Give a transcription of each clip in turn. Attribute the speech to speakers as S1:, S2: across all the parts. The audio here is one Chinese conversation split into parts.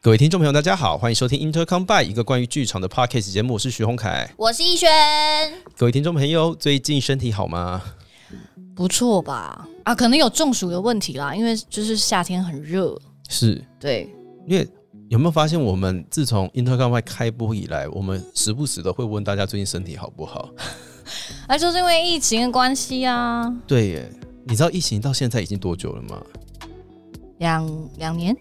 S1: 各位听众朋友，大家好，欢迎收听 Intercom by 一个关于剧场的 podcast 节目，我是徐宏凯。
S2: 我是逸轩，
S1: 各位听众朋友，最近身体好吗？
S3: 不错吧？啊，可能有中暑的问题啦，因为就是夏天很热。
S1: 是
S3: 对，
S1: 因为有没有发现，我们自从 Intercom by 开播以来，我们时不时的会问大家最近身体好不好？
S3: 啊，就是因为疫情的关系啊，
S1: 对耶，你知道疫情到现在已经多久了吗？
S3: 两两年，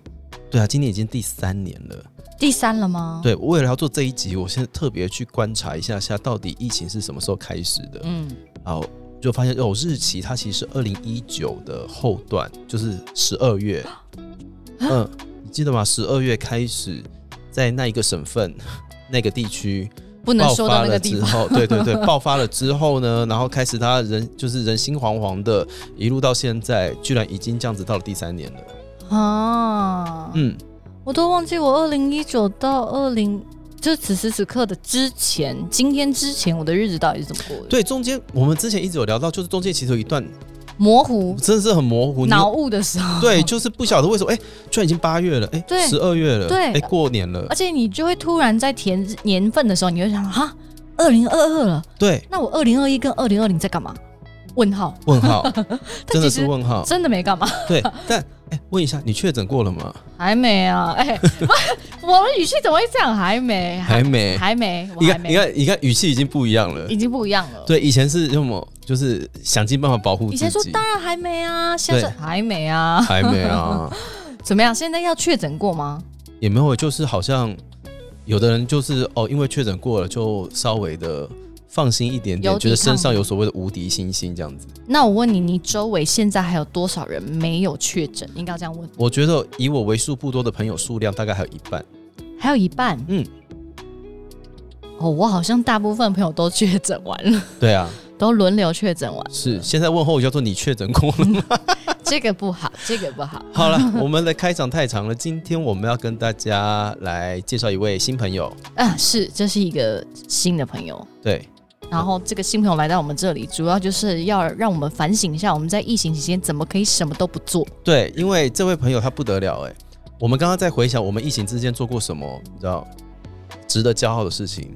S1: 对啊，今年已经第三年了。
S3: 第三了吗？，
S1: 对，我为了要做这一集，我现在特别去观察一下下到底疫情是什么时候开始的。
S3: 嗯，
S1: 好，就发现哦，日期它其实是二零一九的后段，就是十二月。
S3: 啊
S1: 嗯，你记得吗？十二月开始，在那一个省份、那个地区
S3: 不能
S1: 爆
S3: 说
S1: 发
S3: 到那
S1: 了
S3: 个地
S1: 之
S3: 方。
S1: 后，对对对，爆发了之后呢，然后开始它人就是人心惶惶的，一路到现在，居然已经这样子到了第三年了。
S3: 啊，
S1: 嗯，
S3: 我都忘记我二零一九到二零，就此时此刻的之前，今天之前我的日子到底是怎么过的？，
S1: 对，中间我们之前一直有聊到，就是中间其实有一段
S3: 模糊、
S1: 真的是很模糊，你
S3: 脑雾的时候，
S1: 对，就是不晓得为什么，哎、居然已经八月了，哎、
S3: 对
S1: 十二月了，
S3: 对啊
S1: 哎、过年了
S3: 而，且你就会突然在填年份的时候，你会想哈，二零二二了，
S1: 对，
S3: 那我二零二一跟二零二零在干嘛？问号，
S1: 问 号，真的
S3: 其
S1: 是
S3: 实
S1: 问号，
S3: 真的没干嘛。
S1: 对，但哎、问一下，你确诊过了吗？
S3: 还没啊，哎、我的语气怎么会这样？还没，
S1: 还没，
S3: 还没，我
S1: 你
S3: 还
S1: 看，你
S3: 没，
S1: 看，你看，语气已经不一样了
S3: 已。经不一样了。，
S1: 对，以前是用么，就是想尽办法保护
S3: 以
S1: 自
S3: 前说
S1: 己。
S3: 当然还没啊，现在说
S1: 对
S3: 还没啊，
S1: 还没啊，
S3: 怎么样？现在要确诊过吗？
S1: 也没有，就是好像有的人就是哦，因为确诊过了，就稍微的放心一点点，
S3: 有
S1: 觉得
S3: 抵抗
S1: 身上
S3: 力
S1: 有所谓的无敌星星这样子。
S3: 那我问你，你周围现在还有多少人没有确诊？应该要这样问，
S1: 我觉得以我为数不多的朋友数量，大概还有一半。
S3: 还有一半。
S1: 嗯，
S3: 哦，我好像大部分朋友都确诊完了，
S1: 对啊，
S3: 都轮流确诊完，
S1: 是现在问候语叫做你确诊过了吗？
S3: 这个不好，这个不好。
S1: 好了，我们的开场太长了，今天我们要跟大家来介绍一位新朋友。
S3: 啊，是，这是一个新的朋友。
S1: 对，
S3: 然后这个新朋友来到我们这里，主要就是要让我们反省一下，我们在疫情期间怎么可以什么都不做？
S1: 对，因为这位朋友他不得了哎、我们刚刚在回想我们疫情之间做过什么，你知道，值得骄傲的事情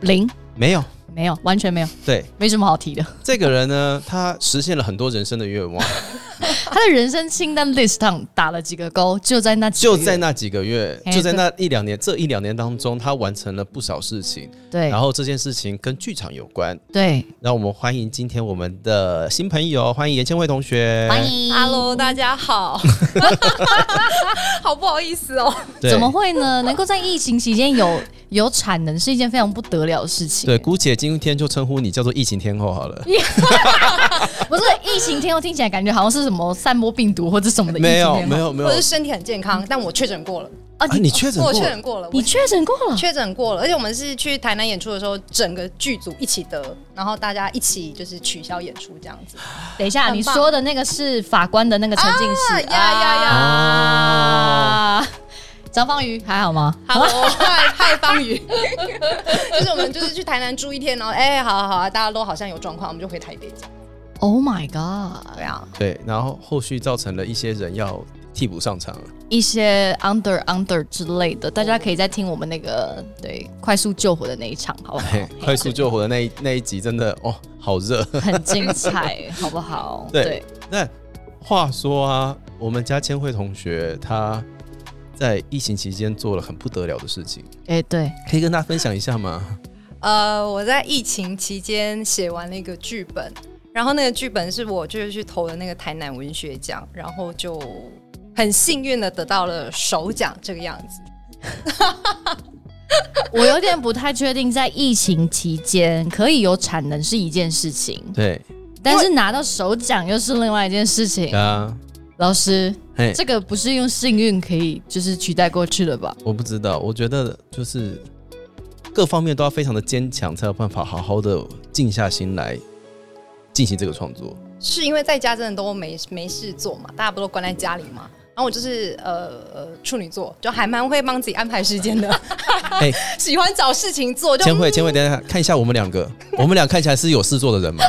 S3: 零，
S1: 没有？
S3: 没有，完全没有，
S1: 对，
S3: 没什么好提的。
S1: 这个人呢，他实现了很多人生的愿望，
S3: 他的人生清单 list 上打了几个勾，就在那几个
S1: 就
S3: 月，
S1: 在那几个月，
S3: 哎
S1: 就在那一两年，这一两年当中，他完成了不少事情，
S3: 对
S1: 然后这件事情跟剧场有关。
S3: 对，
S1: 让我们欢迎今天我们的新朋友，欢迎严千惠同学，
S2: 欢。迎
S4: Hello，大 家好， 好不好意思哦。
S1: 对
S3: 怎么会呢？能够在疫情期间有有产能是一件非常不得了的事情。
S1: 对，，姑且今天就称呼你叫做疫情天后好了。
S3: 不是疫情天后听起来感觉好像是什么散播病毒或者什么的疫情
S1: 没
S3: 天后，
S1: 有，没有，没有
S4: 我。是身体很健康，但我确诊过了，
S3: 啊，
S1: 啊，
S3: 你
S1: 你确诊
S4: 我
S1: 过
S4: 确？诊过了，
S3: 你
S4: 我
S3: 确诊过了，
S4: 确诊过了，而且我们是去台南演出的时候，整个剧组一起得，然后大家一起就是取消演出这样子。
S3: 等一下，
S4: 很棒
S3: 你说的那个是法官的那个沉浸式，
S4: 呀呀呀
S1: 哦
S3: 啊！ 张方瑜还好吗？
S4: Hello，嗨嗨，方宇， 就是我们就是去台南住一天，然后哎、好好好啊，大家都好像有状况，我们就回台北这样。
S3: ，Oh my god！
S4: 对啊，
S1: 对，然后后续造成了一些人要替补上场。
S3: 一些 under under 之类的，大家可以再听我们那个对快速救火的那一场，好不 好
S1: 嘿？快速救火的那一那一集真的哦，好热。
S3: 很精 彩，好不好？
S1: 对那话说啊，我们家千惠同学她在疫情期间做了很不得了的事情，
S3: 哎、对，
S1: 可以跟大家分享一下吗？
S4: 呃，我在疫情期间写完了一个剧本，然后那个剧本是我就是去投的那个台南文学奖，然后就很幸运的得到了首奖这个样子。
S3: 我有点不太确定，在疫情期间可以有产能是一件事情，
S1: 对
S3: 但是拿到首奖又是另外一件事情。
S1: 啊，
S3: 老师，
S1: 嘿，
S3: 这个不是用幸运可以就是取代过去的吧？
S1: 我不知道，我觉得就是各方面都要非常的坚强，才有办法好好的静下心来进行这个创作。
S4: 是因为在家真的都没没事做嘛，大家不都关在家里嘛。然后我就是呃呃处女座，就还蛮会帮自己安排时间的，
S1: 哎、
S4: 喜欢找事情做。就
S1: 千惠，千惠，等一下看一下我们两个，我们俩看起来是有事 做的人吗？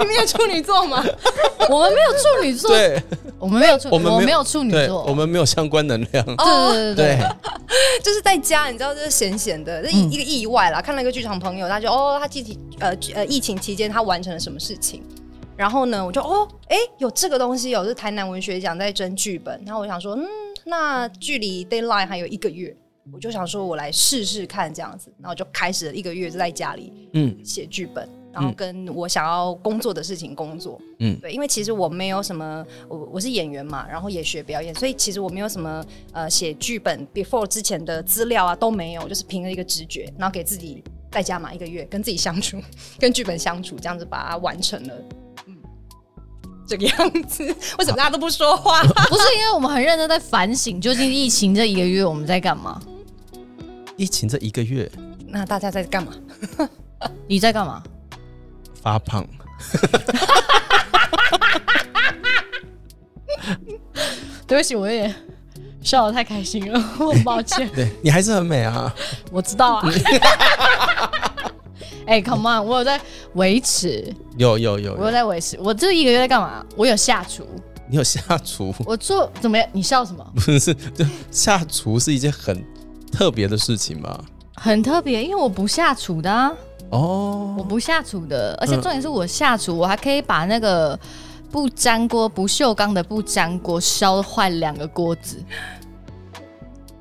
S4: 你们有处女座吗？
S3: 我们没有处女座，
S1: 对，
S3: 我们没有处，
S1: 我们没有
S3: 没有处女
S1: 对，
S3: 座，哦
S1: 我们没有相关能量。
S3: 对
S1: 对
S3: 对对，
S4: 就是在家，你知道，就是闲闲的，这一
S3: 嗯
S4: 一个意外啦。看了一个剧场朋友，他就哦，他自己呃呃，疫情期间他完成了什么事情。然后呢，我就哦，哎，有这个东西哦，有是台南文学奖在争剧本。然后我想说，嗯，那距离 deadline 还有一个月，我就想说我来试试看这样子。然后就开始了一个月就在家里
S1: 嗯
S4: 写剧本，然后跟我想要工作的事情工作。
S1: 嗯
S4: 对，因为其实我没有什么，我我是演员嘛，然后也学表演，所以其实我没有什么呃写剧本 before 之前的资料啊都没有，就是凭了一个直觉，然后给自己在家嘛一个月，跟自己相处， 跟剧本相处，这样子把它完成了。嗯，这个样子，为什么大家都不说话？
S3: 不是因为我们很认真在反省，究竟疫情这一个月我们在干嘛？
S1: 疫情这一个月
S4: 那大家在干嘛？
S3: 你在干嘛？
S1: 发胖，
S3: 对不起，我也笑得太开心了，我很抱 歉。
S1: 对你还是很美啊。
S3: 我知道啊。 哎、c o m e on，我有在维持，
S1: 有有有
S3: 我有
S1: 有，
S3: 在维持。我这一个月在干嘛？我有下厨，
S1: 你有下厨，
S3: 我做怎么样？你笑什么？
S1: 不是？就下厨是一件很特别的事情吧？
S3: 很特别，因为我不下厨的、啊，我
S1: 哦，
S3: 不下厨的，
S1: 嗯
S3: 而且重点是我下厨，我还可以把那个不粘锅、不锈钢的不粘锅烧坏两个锅子，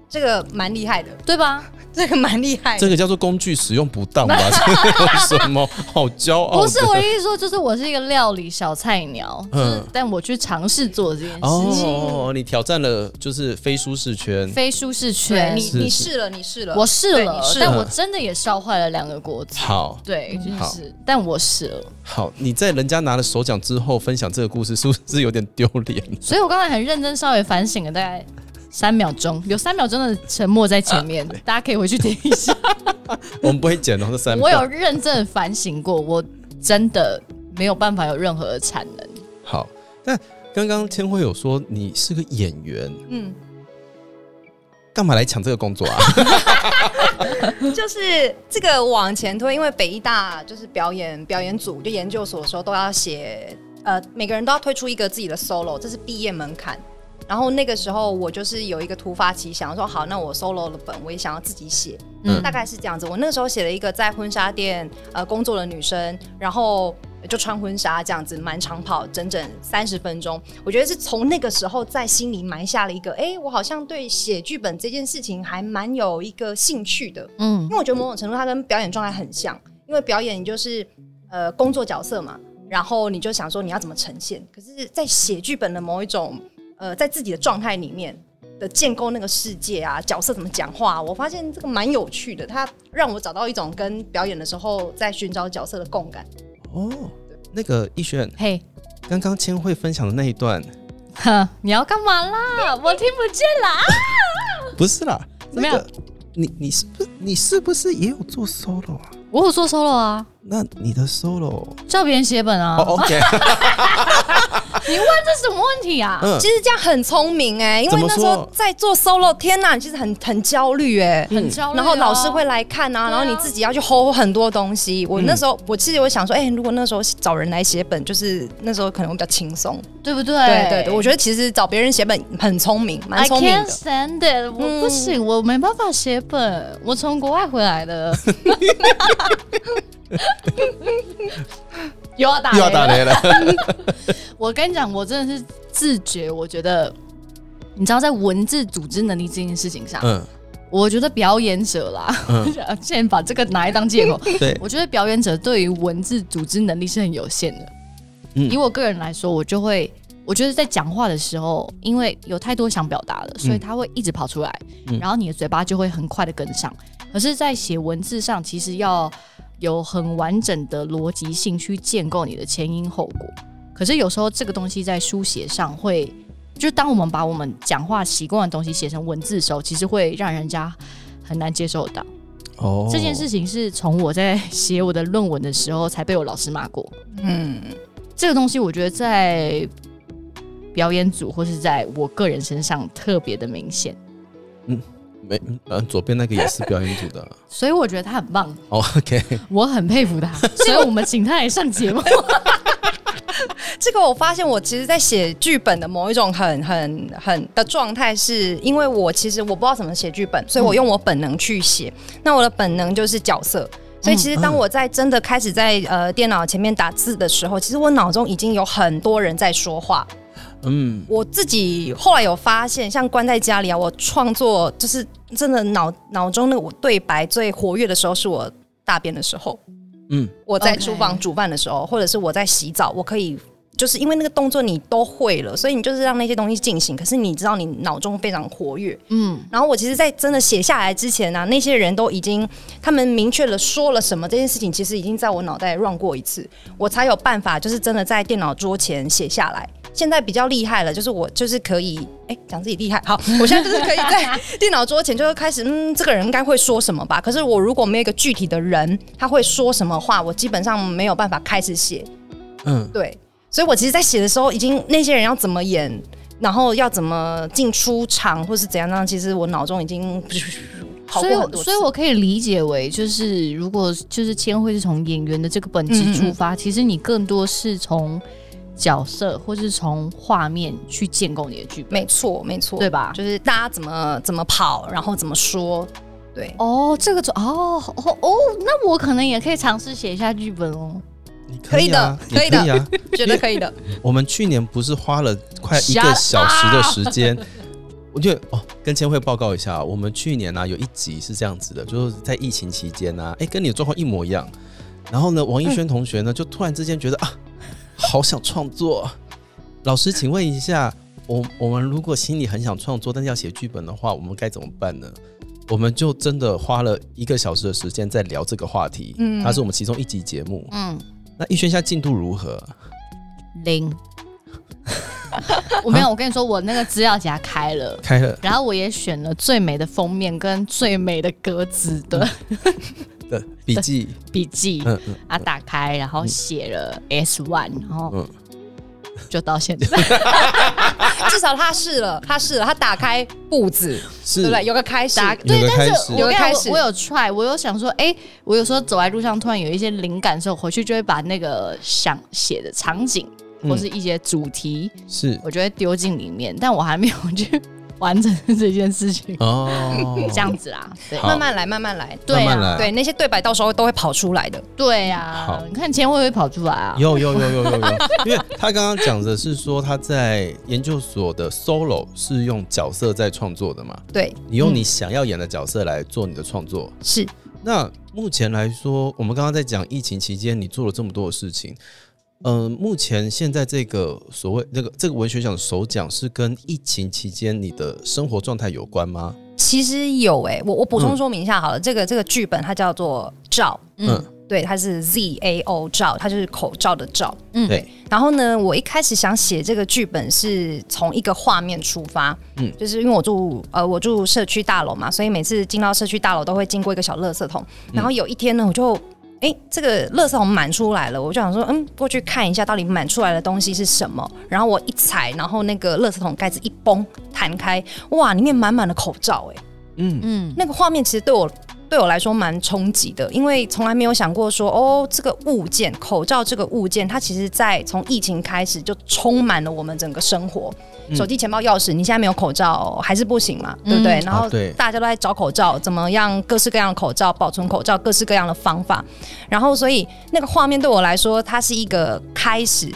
S4: 这个蛮厉害的，
S3: 对吧？
S4: 这个蛮厉害的。
S1: 这个叫做工具使用不当 吧？这有什么好骄傲的？
S3: 不是我的意思说，就是我是一个料理小菜鸟，就是
S1: 嗯
S3: 但我去尝试做这件事情，
S1: 哦，你挑战了就是非舒适圈，
S3: 非舒适
S4: 对
S3: 圈。
S4: 你，
S1: 是
S4: 你
S1: 是
S4: 试了，你试了，
S3: 我试
S4: 对
S3: 了
S4: 你，试
S3: 但
S1: 了
S3: 我真的也烧坏了两个锅子。
S1: 好
S3: 对，就
S1: 嗯好
S3: 是，但我试了，
S1: 好，你在人家拿了手奖之后分享这个故事，是不是有点丢脸？
S3: 所以我刚才很认真，稍微反省了大概三秒钟，有三秒钟的沉默在前
S1: 啊
S3: 面，大家可以回去听一下。
S1: 我们不会剪哦，这三秒。
S3: 我有认真地反省过，我真的没有办法有任何的产能。
S1: 好，但刚刚千惠有说你是个演员，
S4: 嗯，
S1: 干嘛来抢这个工作啊？
S4: 就是这个往前推，因为北医大就是表演表演组就研究所的时候都要写，呃，每个人都要推出一个自己的 solo，这是毕业门槛。然后那个时候我就是有一个突发奇想，说好，那我 solo 的本我也想要自己写，
S1: 嗯
S4: 大概是这样子。我那个时候写了一个在婚纱店呃工作的女生，然后就穿婚纱这样子，满长跑整整三十分钟。我觉得是从那个时候在心里埋下了一个，哎、我好像对写剧本这件事情还蛮有一个兴趣的。
S3: 嗯
S4: 因为我觉得某种程度它跟表演状态很像，因为表演你就是呃工作角色嘛，然后你就想说你要怎么呈现，可是，在写剧本的某一种呃在自己的状态里面的建构那个世界啊，角色怎么讲话，我发现这个蛮有趣的，它让我找到一种跟表演的时候在寻找角色的共感。
S1: 哦，那个逸轩，
S3: 嘿，
S1: 刚刚千惠分享的那一段，
S3: 哼，你要干嘛 啦？我听不见啦。
S1: 不是啦，
S3: 怎么样
S1: 那个你你是不是你是不是也有做 solo 啊？
S3: 我有做 solo 啊，
S1: 那你的 solo
S3: 叫别人写本啊。
S1: 哦，OK，
S3: 你问这什么问题啊？
S1: 嗯
S4: 其，实这样很聪明哎、因
S1: 怎
S4: 为
S1: 么
S4: 那时
S1: 说
S4: 候在做 solo，天呐，你其实很很焦虑哎、
S3: 很焦虑哦
S4: 然后老师会来看啊，
S3: 对啊
S4: 然后你自己要去 hold 很多东西。我那时候，我记得我想说，哎、如果那时候找人来写本，就是那时候可能会比较轻松。
S3: 对不对？
S4: 对对对，我觉得其实找别人写本很聪明，蛮
S3: I
S4: 聪明
S3: can't
S4: 的。
S3: stand
S4: 嗯
S3: it，我不行，我没办法写本，我从国外回来 的。 又要打
S1: 又要打
S3: 雷了！
S1: 雷了，
S3: 我跟你讲，我真的是自觉，我觉得，你知道，在文字组织能力这件事情上，
S1: 嗯
S3: 我觉得表演者啦，
S1: 嗯
S3: 现在把这个拿来当借口，
S1: 对，
S3: 我觉得表演者对于文字组织能力是很有限的。
S1: 嗯
S3: 以我个人来说，我就会，我觉得在讲话的时候，因为有太多想表达的，所以它会一直跑出来，
S1: 嗯
S3: 然后你的嘴巴就会很快的跟上。可是，在写文字上，其实要有很完整的逻辑性去建构你的前因后果。可是有时候这个东西在书写上会，就是当我们把我们讲话习惯的东西写成文字的时候，其实会让人家很难接受到。
S1: 哦
S3: 这件事情是从我在 写我的论文的时候才被我老师骂过。
S4: 嗯，
S3: 这个东西我觉得在表演组或是在我个人身上特别的明显，
S1: 没，嗯，左边那个也是表演组的啊，
S3: 所以我觉得他很棒，
S1: 哦，OK，
S3: 我很佩服他，所以我们请他来上节目。
S4: 这个我发现，我其实，在写剧本的某一种很很很的状态，是因为我其实我不知道怎么写剧本，所以我用我本能去写。那我的本能就是角色。所以其实当我在真的开始在呃电脑前面打字的时候，其实我脑中已经有很多人在说话。
S1: 嗯，
S4: 我自己后来有发现，像关在家里啊，我创作就是真的脑脑中那个我对白最活跃的时候，是我大便的时候。
S1: 嗯，
S4: 我在
S3: OK
S4: 厨房煮饭的时候，或者是我在洗澡，我可以就是因为那个动作你都会了，所以你就是让那些东西进行。可是你知道你脑中非常活跃，
S3: 嗯，
S4: 然后我其实，在真的写下来之前呢、啊那些人都已经他们明确了说了什么这件事情，其实已经在我脑袋 run 过一次，我才有办法就是真的在电脑桌前写下来。现在比较厉害了，就是我就是可以，哎、讲自己厉害。好，我现在就是可以在电脑桌前就会开始，嗯，这个人应该会说什么吧？可是我如果没有一个具体的人，他会说什么话，我基本上没有办法开始写。
S1: 嗯，
S4: 对，所以我其实，在写的时候，已经那些人要怎么演，然后要怎么进出场，或是怎样那样，其实我脑中已经跑
S3: 所以
S4: 过
S3: 我
S4: 很多，次
S3: 所以我可以理解为，就是如果就是千惠是从演员的这个本
S4: 嗯
S3: 质出发，其实你更多是从角色或是从画面去建构你的剧本，
S4: 没错，没错，
S3: 对吧？
S4: 就是大家怎么怎么跑，然后怎么说，对，
S3: 哦，这个就哦哦哦，那我可能也可以尝试写一下剧本哦。
S1: 你可以啊，
S4: 可以的
S1: 你可以啊。
S4: 觉得可以的。
S1: 我们去年不是花了快一
S3: Shut
S1: 个
S3: up
S1: 小时的时间？我觉得哦，跟千惠报告一下，我们去年呢、有一集是这样子的，就是在疫情期间呢、啊，哎，跟你的状况一模一样。然后呢，王一轩同学呢，就突然之间觉得啊，好想创作。老师，请问一下，我我们如果心里很想创作，但是要写剧本的话，我们该怎么办呢？我们就真的花了一个小时的时间在聊这个话题，
S4: 嗯
S1: 它是我们其中一集节目。
S3: 嗯，
S1: 那逸轩现在进度如何？
S3: 零。 我没有，我跟你说，我那个资料夹开了。
S1: 开了
S3: 然后我也选了最美的封面跟最美的格子的
S1: 的笔记，
S3: 笔记，
S1: 嗯嗯。
S3: 啊，打开，然后写了 S one，然后
S1: 嗯
S3: 就到现在。
S4: 至少他试了，他试了，他打开步子，
S1: 是
S4: 对不对？有个开始，
S3: 打
S1: 有
S3: 对
S1: 个，
S3: 但
S1: 开始
S3: 是我
S4: 有个
S3: 跟你
S4: 开
S3: 讲
S4: 始
S3: 我我有 try，我有想说，哎、我有时候走在路上，突然有一些灵感的时候，回去就会把那个想写的场景
S1: 嗯
S3: 或是一些主题，
S1: 是
S3: 我就会丢进里面，但我还没有去 完成这件事情，
S1: 哦，
S3: 这样子啦，对
S1: 好
S4: 慢慢来，慢慢来，
S3: 对
S1: 慢慢
S3: 啊，
S1: 来
S4: 对，那些对白到时候都会跑出来的。
S3: 对
S1: 好
S3: 啊，你看钱会不会跑出来啊？
S1: 有有有有有 有，因为他刚刚讲的是说他在研究所的 solo 是用角色在创作的嘛，
S4: 对，
S1: 你用你想要演的角色来做你的创作。
S4: 是
S1: 那目前来说，我们刚刚在讲疫情期间你做了这么多的事情，嗯、目前现在这个所谓那个这个文学奖的首奖是跟疫情期间你的生活状态有关吗？
S4: 其实有哎、我我补
S1: 嗯
S4: 充说明一下好了，这个这个剧本它叫做《照》，
S1: 嗯，
S4: 对，它是 Z A O 罩，它就是口罩的罩。
S3: 嗯
S1: 对，
S4: 然后呢，我一开始想写这个剧本是从一个画面出发，
S1: 嗯
S4: 嗯，就是因为我住呃我住社区大楼嘛，所以每次进到社区大楼都会经过一个小垃圾桶。然后有一天呢，我就哎、这个垃圾桶满出来了，我就想说嗯过去看一下到底满出来的东西是什么。然后我一踩，然后那个垃圾桶盖子一崩弹开，哇，里面满满的口罩哎、
S1: 嗯
S3: 嗯，
S4: 那个画面其实对我对我来说蛮冲击的，因为从来没有想过说，哦，这个物件，口罩这个物件，它其实在从疫情开始就充满了我们整个生活。
S1: 嗯
S4: 手机、钱包、钥匙，你现在没有口罩哦还是不行嘛，对不对？
S3: 嗯
S4: 然后
S1: 啊对
S4: 大家都在找口罩，怎么样各式各样的口罩，保存口罩各式各样的方法。然后，所以那个画面对我来说，它是一个开始，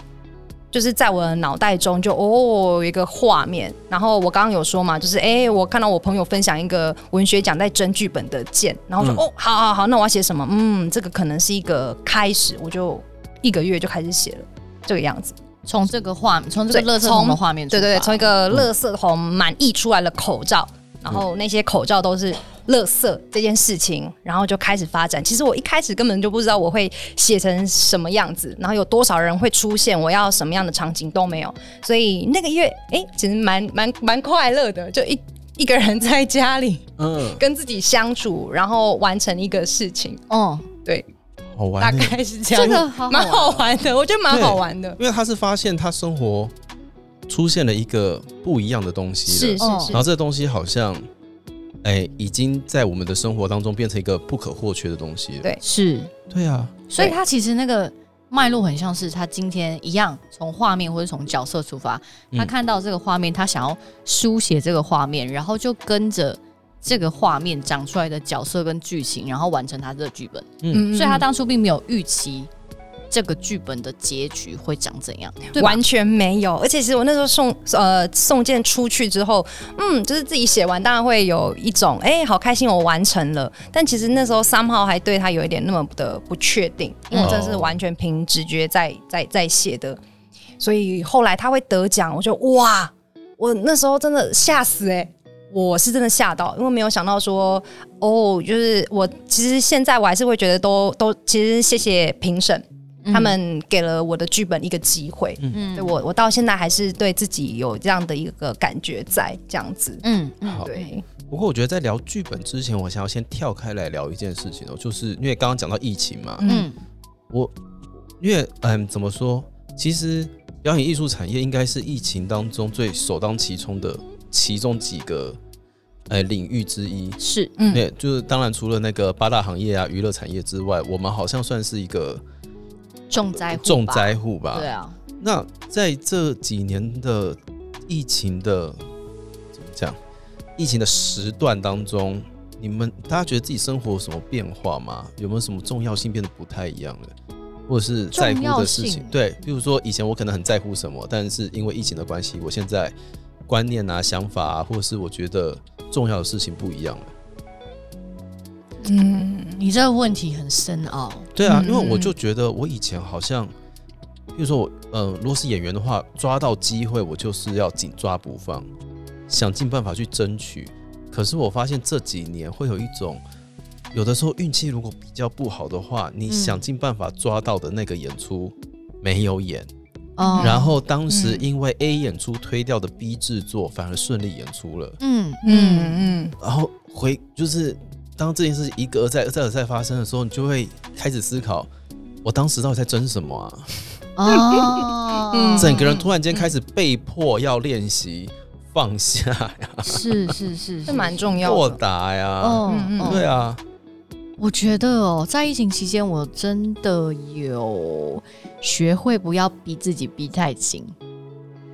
S4: 就是在我的脑袋中就哦有一个画面。然后我刚刚有说嘛，就是哎、我看到我朋友分享一个文学奖在争剧本的件，然后我
S1: 嗯
S4: 说、哦，好好好，那我要写什么？嗯，这个可能是一个开始，我就一个月就开始写了。这个样子，
S3: 从这个画，从这个
S4: 对
S3: 乐色桶的
S4: 从
S3: 画面出
S4: 对
S3: 发，
S4: 对对，从一个垃圾桶满溢出来了口罩，然后那些口罩都是垃圾这件事情，然后就开始发展。其实我一开始根本就不知道我会写成什么样子，然后有多少人会出现，我要什么样的场景都没有。所以那个月，哎、其实蛮蛮蛮快乐的，就一一个人在家里
S1: 嗯，
S4: 跟自己相处，然后完成一个事情，
S3: 哦，
S4: 对，
S1: 好玩
S4: 大
S1: 欸。
S4: 概是这样
S3: 这
S4: 子。
S3: 个好
S4: 蛮
S3: 玩
S4: 好玩的，我觉得蛮好玩的。
S1: 因为他是发现他生活出现了一个不一样的东西了
S4: 是是
S3: 嗯
S4: 是
S1: 然后，这个东西好像，哎、已经在我们的生活当中变成一个不可或缺的东西了。
S4: 对
S3: 是。
S1: 对啊，
S3: 所以
S4: 对
S3: 它其实那个脉络很像是他今天一样，从画面或者从角色出发，他
S1: 嗯
S3: 看到这个画面，他想要书写这个画面，然后就跟着这个画面长出来的角色跟剧情，然后完成他的剧本。
S4: 嗯
S3: 所以他当初并没有预期这个剧本的结局会长怎样，对吧？
S4: 完全没有，而且其实我那时候送呃送件出去之后，嗯，就是自己写完，当然会有一种哎、好开心我完成了，但其实那时候三号还对他有一点那么的不确定，因为我真的是完全凭直觉在在在写的，所以后来他会得奖，我就哇，我那时候真的吓死哎、我是真的吓到，因为没有想到说，哦，就是我其实现在我还是会觉得都都，其实谢谢评审，他们给了我的剧本一个机会，
S3: 嗯
S4: 对我，我到现在还是对自己有这样的一个感觉在，这样子。
S3: 嗯嗯
S1: 好
S4: 对，
S1: 不过我觉得在聊剧本之前，我想要先跳开来聊一件事情哦，就是因为刚刚讲到疫情嘛，
S4: 嗯
S3: 嗯
S1: 我因为嗯怎么说，其实表演艺术产业应该是疫情当中最首当其冲的其中几个呃领域之一。
S3: 是
S4: 嗯，
S1: 对，就是当然除了那个八大行业啊、娱乐产业之外，我们好像算是一个
S3: 重灾户吧
S1: 重灾户吧。
S3: 对啊，
S1: 那在这几年的疫情的怎么讲？疫情的时段当中，你们大家觉得自己生活有什么变化吗？有没有什么重要性变得不太一样了？或者是在乎
S3: 重要
S1: 的事情
S3: 性，
S1: 对，比如说以前我可能很在乎什么，但是因为疫情的关系，我现在观念啊、想法啊，或者是我觉得重要的事情不一样了。
S3: 你这个问题很深奥，
S1: 对啊，
S4: 嗯
S1: 因为我就觉得我以前好像，比如说我，呃，如果是演员的话，抓到机会我就是要紧抓不放，想尽办法去争取。可是我发现这几年会有一种，有的时候运气如果比较不好的话，你
S3: 嗯
S1: 想尽办法抓到的那个演出没有演，
S3: 哦
S1: 然后当时
S4: 嗯
S1: 因为 A 演出推掉的 B 制作反而顺利演出了。
S3: 嗯嗯
S4: 嗯嗯，
S1: 然后回就是当这件事一个而再而再而再发生的时候，你就会开始思考，我当时到底在争什么啊？
S3: 嗯 哦
S4: 嗯
S1: 整个人突然间开始被迫要练习放下呀、
S3: 是是是
S4: 这
S3: 是
S4: 蛮重要
S1: 豁
S4: 的。
S1: 达呀，
S3: 哦
S4: 嗯嗯
S3: 哦
S1: 对啊，
S3: 我觉得哦，在疫情期间，我真的有学会不要逼自己逼太紧，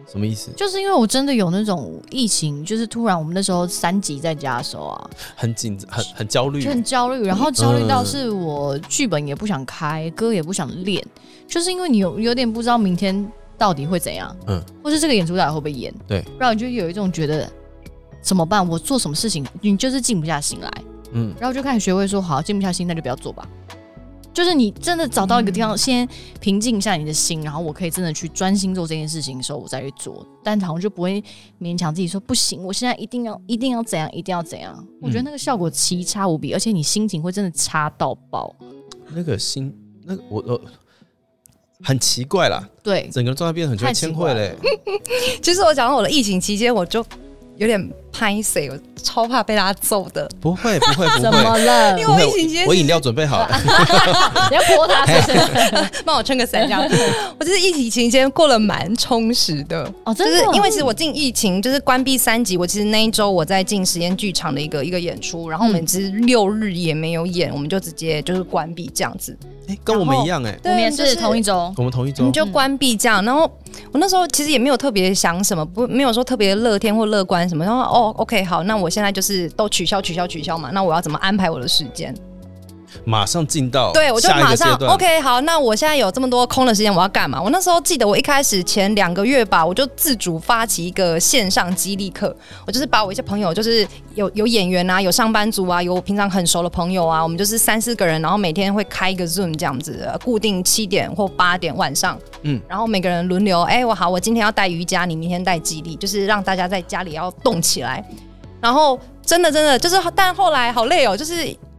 S1: 什么意思？
S3: 就是因为我真的有那种疫情，就是突然我们那时候三级在家的时候啊，
S1: 很紧张，很很焦虑
S3: 就，很焦虑，然后焦虑到是我剧本也不想开，歌也不想练，就是因为你有有点不知道明天到底会怎样，
S1: 嗯
S3: 嗯，或是这个演出到底会不会演，
S1: 对，
S3: 然后你就有一种觉得怎么办，我做什么事情你就是静不下心来，
S1: 嗯，
S3: 然后就开始学会说，好，静不下心，那就不要做吧。就是你真的找到一个地方，先平静一下你的心，然后我可以真的去专心做这件事情的时候，我再去做。但好像就不会勉强自己说不行，我现在一定要一定要怎样，一定要怎样。我觉得那个效果奇差无比，而且你心情会真的差到爆。
S1: 那个心，那个我呃。很奇怪啦，
S3: 对，
S1: 整个人状态变得很
S3: 太奇
S1: 千惠
S3: 怪了
S1: 嘞。
S4: 其实我讲到我的疫情期间，我就有点拍谁，我超怕被他揍的。
S1: 不会，不会，不
S3: 怎么
S1: 会，
S3: 了？
S4: 因
S1: 不
S4: 为
S1: 会
S4: 我疫情期间
S1: 我，我饮料准备好了。
S3: 你要泼他是不是？
S4: 帮我撑个伞这样。我就是疫情期间过了蛮充实的，
S3: 哦，
S4: 就
S3: 真
S4: 是
S3: 的，
S4: 因为其实我进疫情就是关闭三级，我其实那一周我在进实验剧场的一个一个演出，然后我
S3: 嗯
S4: 们其实六日也没有演，我们就直接就是关闭这样子。
S1: 哎，跟我们一样哎，
S3: 我们也是同一
S4: 种。
S3: 种。
S1: 我们同一
S4: 我
S1: 周
S4: 们。就关闭这样，然后我那时候其实也没有特别想什么，不没有说特别乐天或乐观什么。然后哦，OK，好，那我现在就是都取消、取消、取消嘛。那我要怎么安排我的时间？
S1: 马上进到
S4: 对，我就
S1: 下一个
S4: 马上哦
S1: 阶段
S4: OK，好，那我现在有这么多空的时间，我要干嘛？我那时候记得，我一开始前两个月吧，我就自主发起一个线上激励课，我就是把我一些朋友，就是有有演员啊，有上班族啊，有我平常很熟的朋友啊，我们就是三四个人，然后每天会开一个 Zoom 这样子，呃固定七点或八点晚上，
S1: 嗯
S4: 嗯，然后每个人轮流，哎、我好，我今天要带瑜伽，你明天带激励，就是让大家在家里要动起来，然后。真的，真的就是，但后来好累哦，就是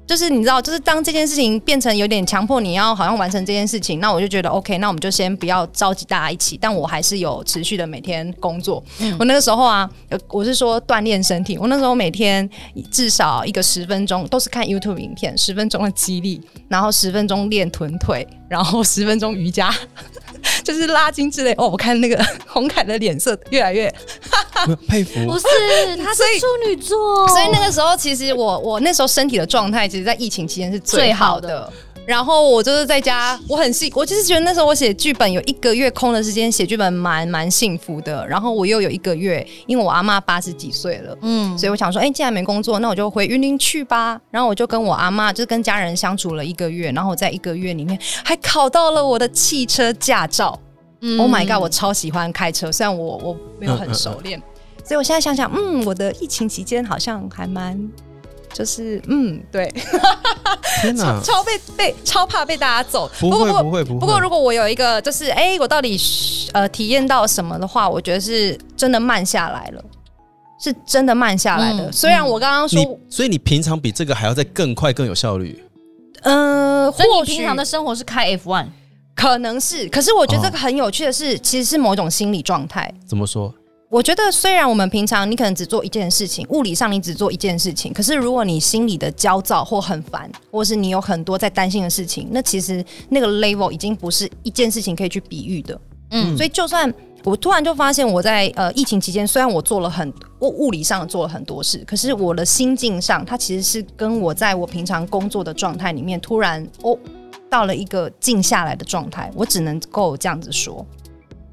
S4: 就是你知道，就是当这件事情变成有点强迫你要好像完成这件事情，那我就觉得 OK，那我们就先不要召集大家一起，但我还是有持续的每天工作。我那个时候啊，呃我是说锻炼身体，我那时候每天至少一个十分钟都是看 YouTube 影片，十分钟的激励，然后十分钟练臀腿，然后十分钟瑜伽， 就是拉筋之类。哦，我看那个 红凯的脸色越来越
S1: 没有佩服，
S3: 不是，他是
S4: 所以
S3: 处女座，
S4: 所以那个时候，其实我我那时候身体的状态，其实在疫情期间是最
S3: 最
S4: 好
S3: 好
S4: 的。
S3: 的
S4: 然后我就是在家，我很幸，我就是觉得那时候我写剧本有一个月空的时间写剧本蛮蛮幸福的。然后我又有一个月，因为我阿妈八十几岁了，
S3: 嗯，
S4: 所以我想说，哎、既然没工作，那我就回云林去吧。然后我就跟我阿妈，就是跟家人相处了一个月，然后我在一个月里面还考到了我的汽车驾照。
S3: 嗯
S4: oh my god，我超喜欢开车，虽然我我没有
S1: 嗯嗯
S4: 很
S1: 嗯
S4: 熟练，所以我现在想想，嗯，我的疫情期间好像还蛮。就是嗯，对，
S1: 天
S4: 超
S1: 哪！
S4: 超被被超怕被大家走。
S1: 嗯不
S4: 过
S1: 会
S4: 过
S1: 不会不会。
S4: 不过，如果我有一个，就是哎、我到底呃体验到什么的话，我觉得是真的慢下来了，是真的慢下来的。
S3: 嗯
S4: 虽然我刚刚
S1: 你
S4: 说，
S1: 所以你平常比这个还要再更快更有效率。
S4: 嗯，
S3: 所以
S4: 或
S3: 你
S4: 许
S3: 平常的生活是开 F one，
S4: 可能是，可是我觉
S1: 哦
S4: 得这个很有趣的是，其实是某种心理状态。
S1: 怎么说？
S4: 我觉得虽然我们平常你可能只做一件事情，物理上你只做一件事情，可是如果你心里的焦躁或很烦，或是你有很多在担心的事情，那其实那个 level 已经不是一件事情可以去比喻的。
S3: 嗯
S4: 所以就算我突然就发现我在呃疫情期间，虽然我做了很我物理上做了很多事，可是我的心境上，它其实是跟我在我平常工作的状态里面，突然哦到了一个静下来的状态，我只能够这样子说。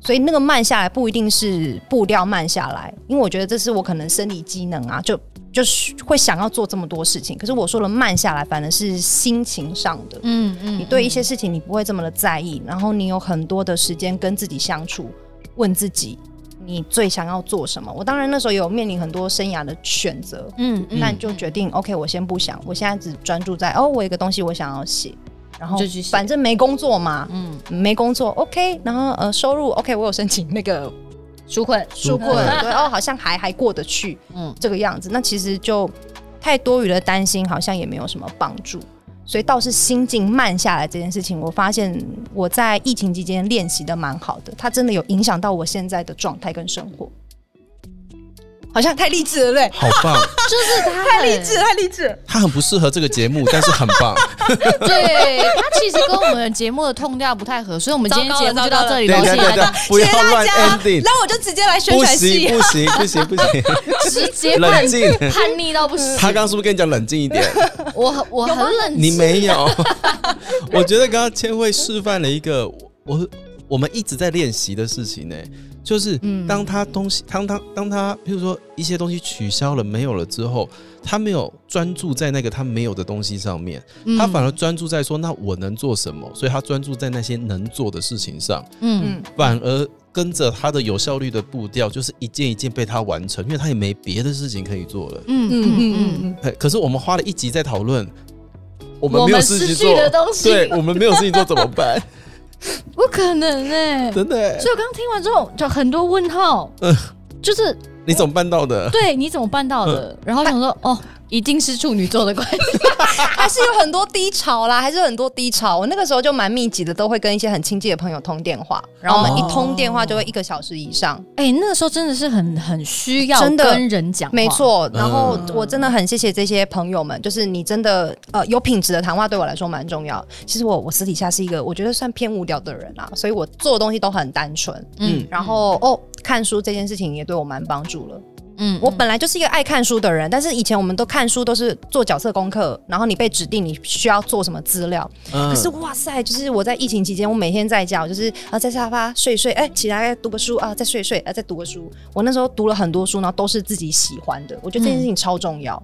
S4: 所以那个慢下来不一定是步调慢下来，因为我觉得这是我可能生理机能啊，就就是会想要做这么多事情。可是我说了慢下来，反而是心情上的。
S3: 嗯嗯，
S4: 你对一些事情你不会这么的在意，然后你有很多的时间跟自己相处，问自己你最想要做什么。我当然那时候有面临很多生涯的选择，
S3: 嗯嗯，
S4: 但就决定 OK，我先不想，我现在只专注在哦，我有一个东西我想要写，然后
S3: 就去写
S4: 反正没工作嘛，
S3: 嗯
S4: 没工作 OK，然后呃收入 OK，我有申请那个
S3: 纾 困
S1: 纾
S4: 过
S1: 困
S4: 了，对哦，好像还还过得去
S3: 嗯
S4: 这个样子，那其实就太多余的担心好像也没有什么帮助。所以倒是心境慢下来这件事情，我发现我在疫情期间练习的蛮好的，它真的有影响到我现在的状态跟生活。好像太励志了，对不对，
S1: 好棒！
S3: 就是他
S4: 太励志，太励志了。
S1: 他很不适合这个节目，但是很棒。
S3: 对他其实跟我们节目的痛调不太合，所以我们今天节目就到这里
S1: 对
S3: 了。
S1: 对
S3: 谢
S1: 对
S3: 谢大家
S1: 对，不要乱 ending，
S4: 那我就直接来宣
S1: 不
S4: 传
S1: 行
S4: 戏，
S1: 不行不行不行，
S3: 直接叛
S1: 冷静。
S3: 叛逆到不行。
S1: 他刚刚是不是跟你讲冷静一点？
S3: 我很我很 冷
S1: 你
S3: 静，
S1: 没有。 我觉得刚刚千惠示范了一个我我们一直在练习的事情呢、就是
S3: 嗯
S1: 当他东西，当他当他，譬如说一些东西取消了、没有了之后，他没有专注在那个他没有的东西上面，
S3: 嗯
S1: 他反而专注在说那我能做什么，所以他专注在那些能做的事情上，
S3: 嗯
S4: 嗯，
S1: 反而跟着他的有效率的步调，就是一件一件被他完成，因为他也没别的事情可以做了。
S3: 嗯
S4: 嗯嗯嗯
S3: 嗯，
S4: 嗯，
S1: 嘿可是我们花了一集在讨论，我们
S3: 我
S1: 没有
S3: 们
S1: 事
S3: 失
S1: 情
S3: 去
S1: 做
S3: 的东西，
S1: 对我们没有事情做怎么办？
S3: 不可能哎。
S1: 真的欸，
S3: 所以我刚刚听完之后，就很多问号，
S1: 嗯
S3: 就是
S1: 你怎么办到的？
S3: 对你怎么办到
S1: 嗯
S3: 的？然后想说，哦，一定是处女座的关系。
S4: 还是有很多低潮啦，还是有很多低潮。我那个时候就蛮密集的，都会跟一些很亲近的朋友通电话，然后我们一通电话就会一个小时以上。
S3: 哎、那个时候真的是很很需要
S4: 真的
S3: 跟人讲话，
S4: 没，错，然后
S3: 嗯
S4: 我真的很谢谢这些朋友们，就是你真的呃有品质的谈话对我来说蛮重要。其实我我私底下是一个我觉得算偏无聊的人啊，所以我做的东西都很单纯。
S1: 嗯
S4: 然后哦，看书这件事情也对我蛮帮助了。
S3: 嗯
S4: 我本来就是一个爱看书的人，但是以前我们都看书都是做角色功课，然后你被指定你需要做什么资料。
S1: 嗯
S4: 可是哇塞，就是我在疫情期间，我每天在家，我就是啊在沙发睡一睡，哎、起来读个书啊，再睡一睡，啊再读个书。我那时候读了很多书，然后都是自己喜欢的，我觉得这件事情超重要。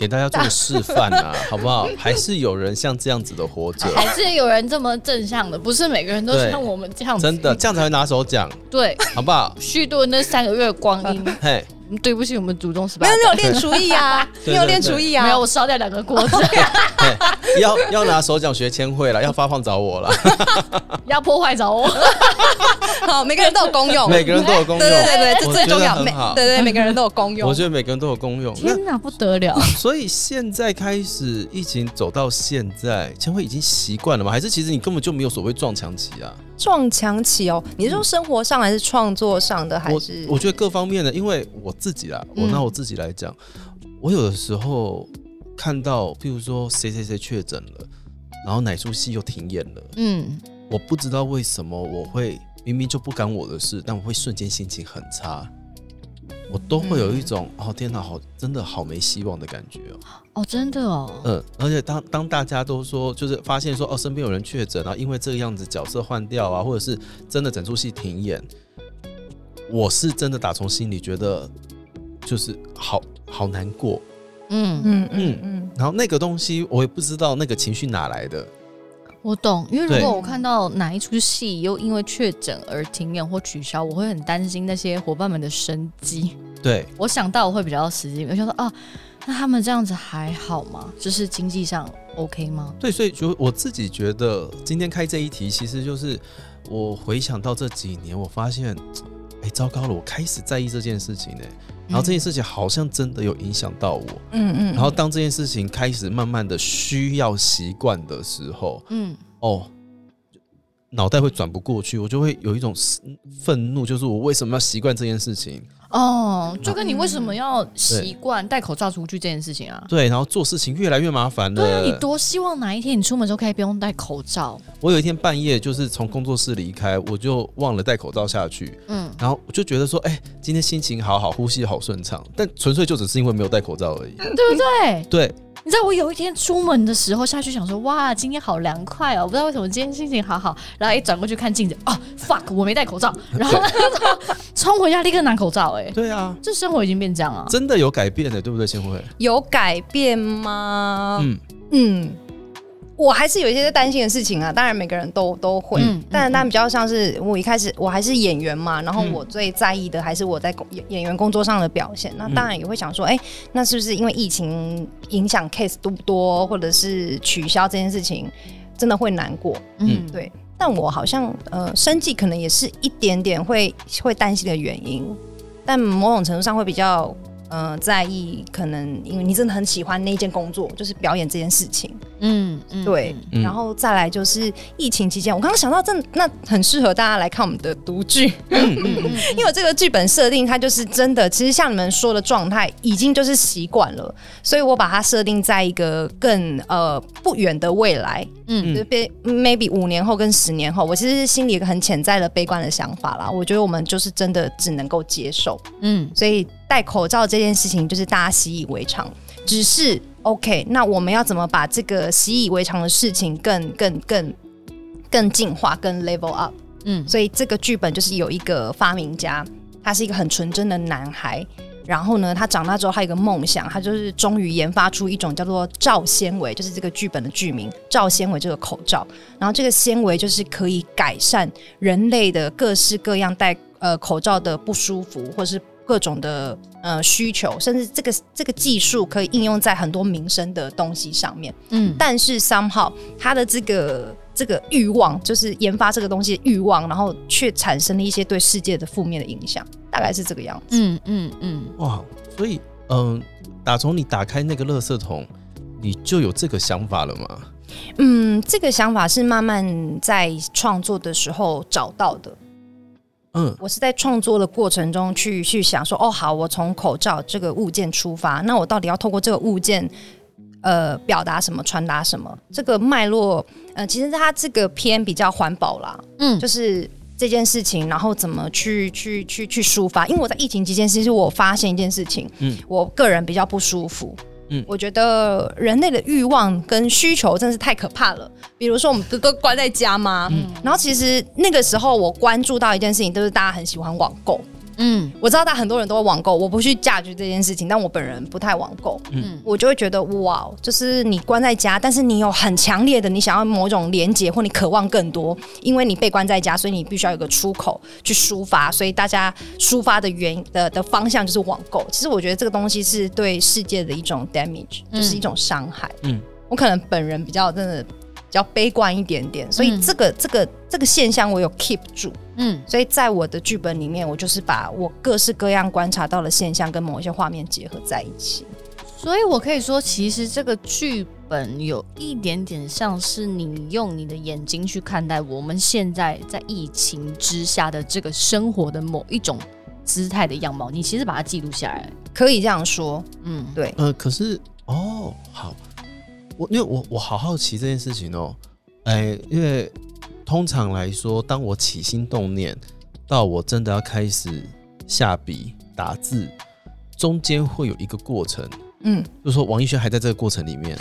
S1: 给大家做个示范 啊，好不好？还是有人像这样子的活着，
S3: 还是有人这么正向的，不是每个人都
S1: 对
S3: 像我们这样子。
S1: 真的，这样才会拿手奖，
S3: 对，
S1: 好不好？
S3: 虚度那三个月的光阴，嗯
S1: 嘿，
S3: 对不起，我们祖宗十八
S4: 没有，
S3: 代。
S4: 你有练厨艺啊，你
S1: 对
S4: 有练厨艺啊，
S3: 没有，我烧掉两个 锅子，
S1: 嘿要要拿手奖学千惠了，要发放找我了，
S3: 要破坏着我。
S4: 好，每个人都有功用，
S1: 每个人都有功
S4: 对对
S1: 用。
S4: 对对，
S1: 我
S4: 这最
S1: 觉得
S4: 重要，
S1: 很
S4: 每
S1: 好
S4: 对对每个人都有功用
S1: 我。觉得每个人都有功用。那
S3: 天哪，不得了！
S1: 所以现在开始疫情走到现在，千惠已经习惯了吗？还是其实你根本就没有所谓撞墙期啊？
S4: 撞墙起哦，你是说生活上还是创作上的，还
S1: 我
S4: 是
S1: 我觉得各方面的，因为我自己啦，我
S3: 嗯
S1: 拿我自己来讲，我有的时候看到，譬如说谁谁谁确诊了，然后哪出戏又停演了，
S3: 嗯，
S1: 我不知道为什么我会明明就不干我的事，但我会瞬间心情很差。我都会
S4: 嗯
S1: 有一种、哦天哪，好真的好没希望的感觉哦。
S3: 哦，真的哦，
S1: 嗯，而且当当大家都说，就是发现说哦身边有人确诊，然后因为这个样子角色换掉啊，或者是真的整出戏停演，我是真的打从心里觉得就是好好难过。
S3: 嗯，
S4: 嗯
S1: 嗯
S4: 嗯嗯，
S1: 然后那个东西我也不知道那个情绪哪来的，
S3: 我懂，因为如
S1: 对
S3: 果我看到哪一出戏又因为确诊而停演或取消，我会很担心那些伙伴们的生机。
S1: 对，
S3: 我想到我会比较死心，我想说啊，那他们这样子还好吗？就是经济上 OK 吗？
S1: 对，所以就我自己觉得，今天开这一题，其实就是我回想到这几年，我发现，哎，糟糕了，我开始在意这件事情呢、然后这
S3: 嗯
S1: 件事情好像真的有影响到我。
S4: 嗯嗯，
S1: 然后当这件事情开始慢慢的需要习惯的时候，
S3: 嗯，
S1: 哦，脑袋会转不过去，我就会有一种愤怒，就是我为什么要习惯这件事情？
S3: 哦，就跟你为什么要习惯戴口罩出去这件事情啊？
S1: 对，然后做事情越来越麻烦了。
S3: 对啊，你多希望哪一天你出门的时候可以不用戴口罩。
S1: 我有一天半夜就是从工作室离开，我就忘了戴口罩下去，
S3: 嗯，
S1: 然后我就觉得说，哎、今天心情好好，呼吸好顺畅，但纯粹就只是因为没有戴口罩而已。
S3: 对不对？
S1: 对，
S3: 你知道我有一天出门的时候下去想说，哇，今天好凉快哦，不知道为什么今天心情好好。然后一转过去看镜子，哦，fuck，我没戴口罩，然后 冲回家立刻拿口罩、哎，
S1: 对啊，
S3: 这生活已经变这样啊。
S1: 真的有改变的，对不对，千惠？
S4: 有改变吗？
S1: 嗯，
S4: 嗯，我还是有一些在担心的事情啊。当然，每个人都都会，
S3: 嗯
S4: 但
S3: 嗯
S4: 但比较像是我一开始我还是演员嘛，然后
S3: 嗯
S4: 我最在意的还是我在工演演员工作上的表现。
S3: 嗯
S4: 那当然也会想说，哎、那是不是因为疫情影响 case 多不多，或者是取消这件事情，真的会难过？
S1: 嗯
S3: 嗯，
S4: 对，但我好像呃，生计可能也是一点点会会担心的原因，但某种程度上会比较呃在意，可能因为你真的很喜欢那一件工作，就是表演这件事情。
S3: 嗯嗯，
S4: 对
S3: 嗯
S1: 嗯
S4: 然后再来就是疫情期间，我刚刚想到这那很适合大家来看我们的读剧，
S3: 嗯
S4: 因为我这个剧本设定它就是真的，其实像你们说的状态已经就是习惯了，所以我把它设定在一个更呃不远的未来，
S3: 嗯
S4: 就被 maybe 五年后跟十年后，我其实心里有一个很潜在的悲观的想法啦。我觉得我们就是真的只能够接受，
S3: 嗯
S4: 所以戴口罩这件事情就是大家习以为常。只是 OK，那我们要怎么把这个习以为常的事情更更更更进化、更 level up？
S3: 嗯
S4: 所以这个剧本就是有一个发明家，他是一个很纯真的男孩。然后呢，他长大之后，他有一个梦想，他就是终于研发出一种叫做罩纤维，就是这个剧本的剧名“罩纤维”这个口罩。然后这个纤维就是可以改善人类的各式各样戴呃口罩的不舒服，或是各种的呃需求，甚至这个这个技术可以应用在很多民生的东西上面。
S3: 嗯，
S4: 但是 somehow 他的这个这个欲望，就是研发这个东西的欲望，然后却产生了一些对世界的负面的影响，大概是这个样子。
S3: 嗯嗯嗯，
S1: 哇，所以嗯，打从你打开那个垃圾桶，你就有这个想法了吗？
S4: 嗯，这个想法是慢慢在创作的时候找到的。
S1: 嗯
S4: 我是在创作的过程中去去想说，哦，好，我从口罩这个物件出发，那我到底要透过这个物件，呃，表达什么，传达什么？这个脉络，呃，其实它这个偏比较环保啦，
S3: 嗯
S4: 就是这件事情，然后怎么去去去去抒发？因为我在疫情期间，其实我发现一件事情，
S1: 嗯
S4: 我个人比较不舒服。
S1: 嗯
S4: 我觉得人类的欲望跟需求真是太可怕了。比如说，我们不都关在家吗？
S1: 嗯
S4: 然后其实那个时候，我关注到一件事情，就是大家很喜欢网购。
S3: 嗯
S4: 我知道大家很多人都会网购，我不去嫁去这件事情，但我本人不太网购，
S3: 嗯
S4: 嗯，我就会觉得哇，就是你关在家，但是你有很强烈的你想要某种连接或你渴望更多，因为你被关在家，所以你必须要有个出口去抒发，所以大家抒发的原的的方向就是网购。其实我觉得这个东西是对世界的一种 damage，
S3: 嗯
S4: 就是一种伤害。
S1: 嗯
S4: 嗯，我可能本人比较真的比较悲观一点点，所以
S3: 嗯
S4: 这个、这个这个现象我有 keep 住。
S3: 嗯
S4: 所以在我的剧本里面，我就是把我各式各样观察到的现象跟某一些画面结合在一起。
S3: 所以我可以说，其实这个剧本有一点点像是你用你的眼睛去看待我们现在在疫情之下的这个生活的某一种姿态的样貌，你其实把它记录下来。
S4: 可以这样说，
S3: 嗯，
S4: 对，
S1: 呃，可是哦，好，我因为我我好好奇这件事情哦，哎、因为通常来说，当我起心动念到我真的要开始下笔打字中间会有一个过程，
S4: 嗯，
S1: 就是说王一轩还在这个过程里面，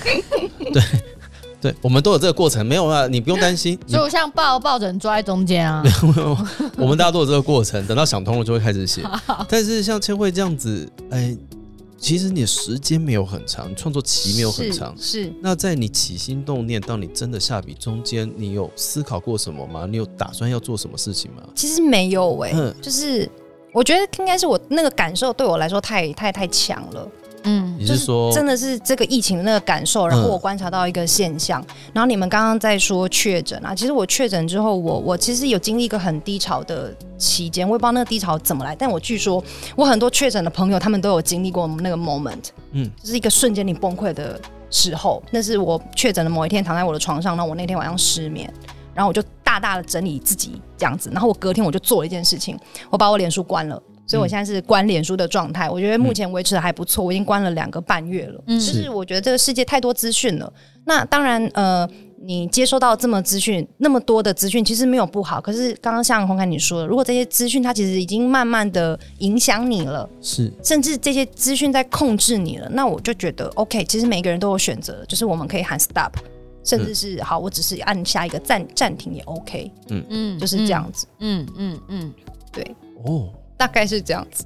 S1: 对对，我们都有这个过程，没有啊，你不用担心，你
S3: 所以我像抱抱枕抓在中间啊，
S1: 我们大家都有这个过程，等到想通了就会开始写。但是像千惠这样子，哎，其实你的时间没有很长，创作期没有很长。
S4: 是是
S1: 那在你起心动念到你真的下笔中间，你有思考过什么吗？你有打算要做什么事情吗？
S4: 其实没有哎、
S1: 嗯
S4: 就是我觉得应该是我那个感受对我来说太太太强了，
S3: 嗯，
S1: 你是说，
S4: 真的是这个疫情的那个感受，然
S1: 嗯
S4: 后我观察到一个现象，然后你们刚刚在说确诊啊，其实我确诊之后，我我其实有经历一个很低潮的期间，我也不知道那个低潮怎么来，但我据说我很多确诊的朋友，他们都有经历过那个 moment，
S1: 嗯
S4: 就是一个瞬间你崩溃的时候，那是我确诊的某一天躺在我的床上，然后我那天晚上失眠，然后我就大大的整理自己这样子，然后我隔天我就做了一件事情，我把我脸书关了。所以我现在是关脸书的状态，我觉得目前维持的还不错，我已经关了两个半月了。
S3: 嗯
S4: 就是我觉得这个世界太多资讯了，那当然呃。你接收到这么资讯，那么多的资讯，其实没有不好。可是刚刚像洪凯你说的，如果这些资讯它其实已经慢慢的影响你了，
S1: 是
S4: 甚至这些资讯在控制你了，那我就觉得 OK，其实每个人都有选择，就是我们可以喊 stop，甚至是、好，我只是按下一个暂暂停也 OK，
S3: 嗯
S4: 就是这样，子，
S3: 嗯嗯嗯，
S1: 哦，
S4: 嗯大概是这样子。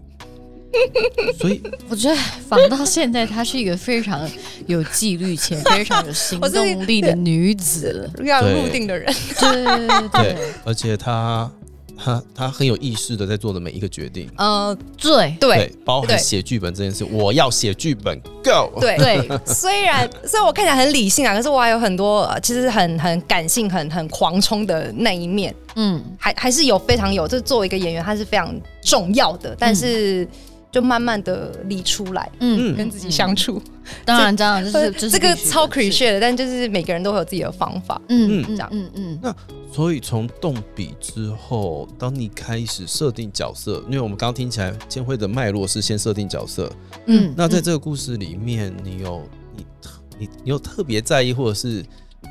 S1: 所以
S3: 嗯我觉得仿到现在，她是一个非常有纪律且非常有行动力的女子 了，
S4: 要
S1: 对
S4: 入定的人，
S3: 对对对对对
S1: 对，而且他他他很有意识的在做的每一个决定，
S4: 呃，
S3: 对
S4: 对，
S1: 包含
S4: 对
S1: 写剧本这件事，我要写剧本，Go，
S4: 对
S3: 对，
S4: 虽然虽然我看起来很理性啊，可是我还有很多呃其实很很感性、很很狂冲的那一面，
S3: 嗯，
S4: 还还是有非常有，这作为一个演员，他是非常重要的，但是就慢慢的理出来，
S3: 嗯，
S4: 嗯跟自己相处。
S3: 当然当然，这是
S4: 这
S3: 是
S4: 个
S3: 必须的
S4: 超
S3: 是
S4: cliche 的，但就是每个人都会有自己的方法。
S3: 嗯
S1: 嗯
S3: 嗯
S4: 这样
S3: 嗯嗯，
S1: 所以从动笔之后，当你开始设定角色，因为我们刚刚听起来千惠的脉络是先设定角色，
S3: 嗯
S1: 那在这个故事里面，你有你特你你有特别在意，或者是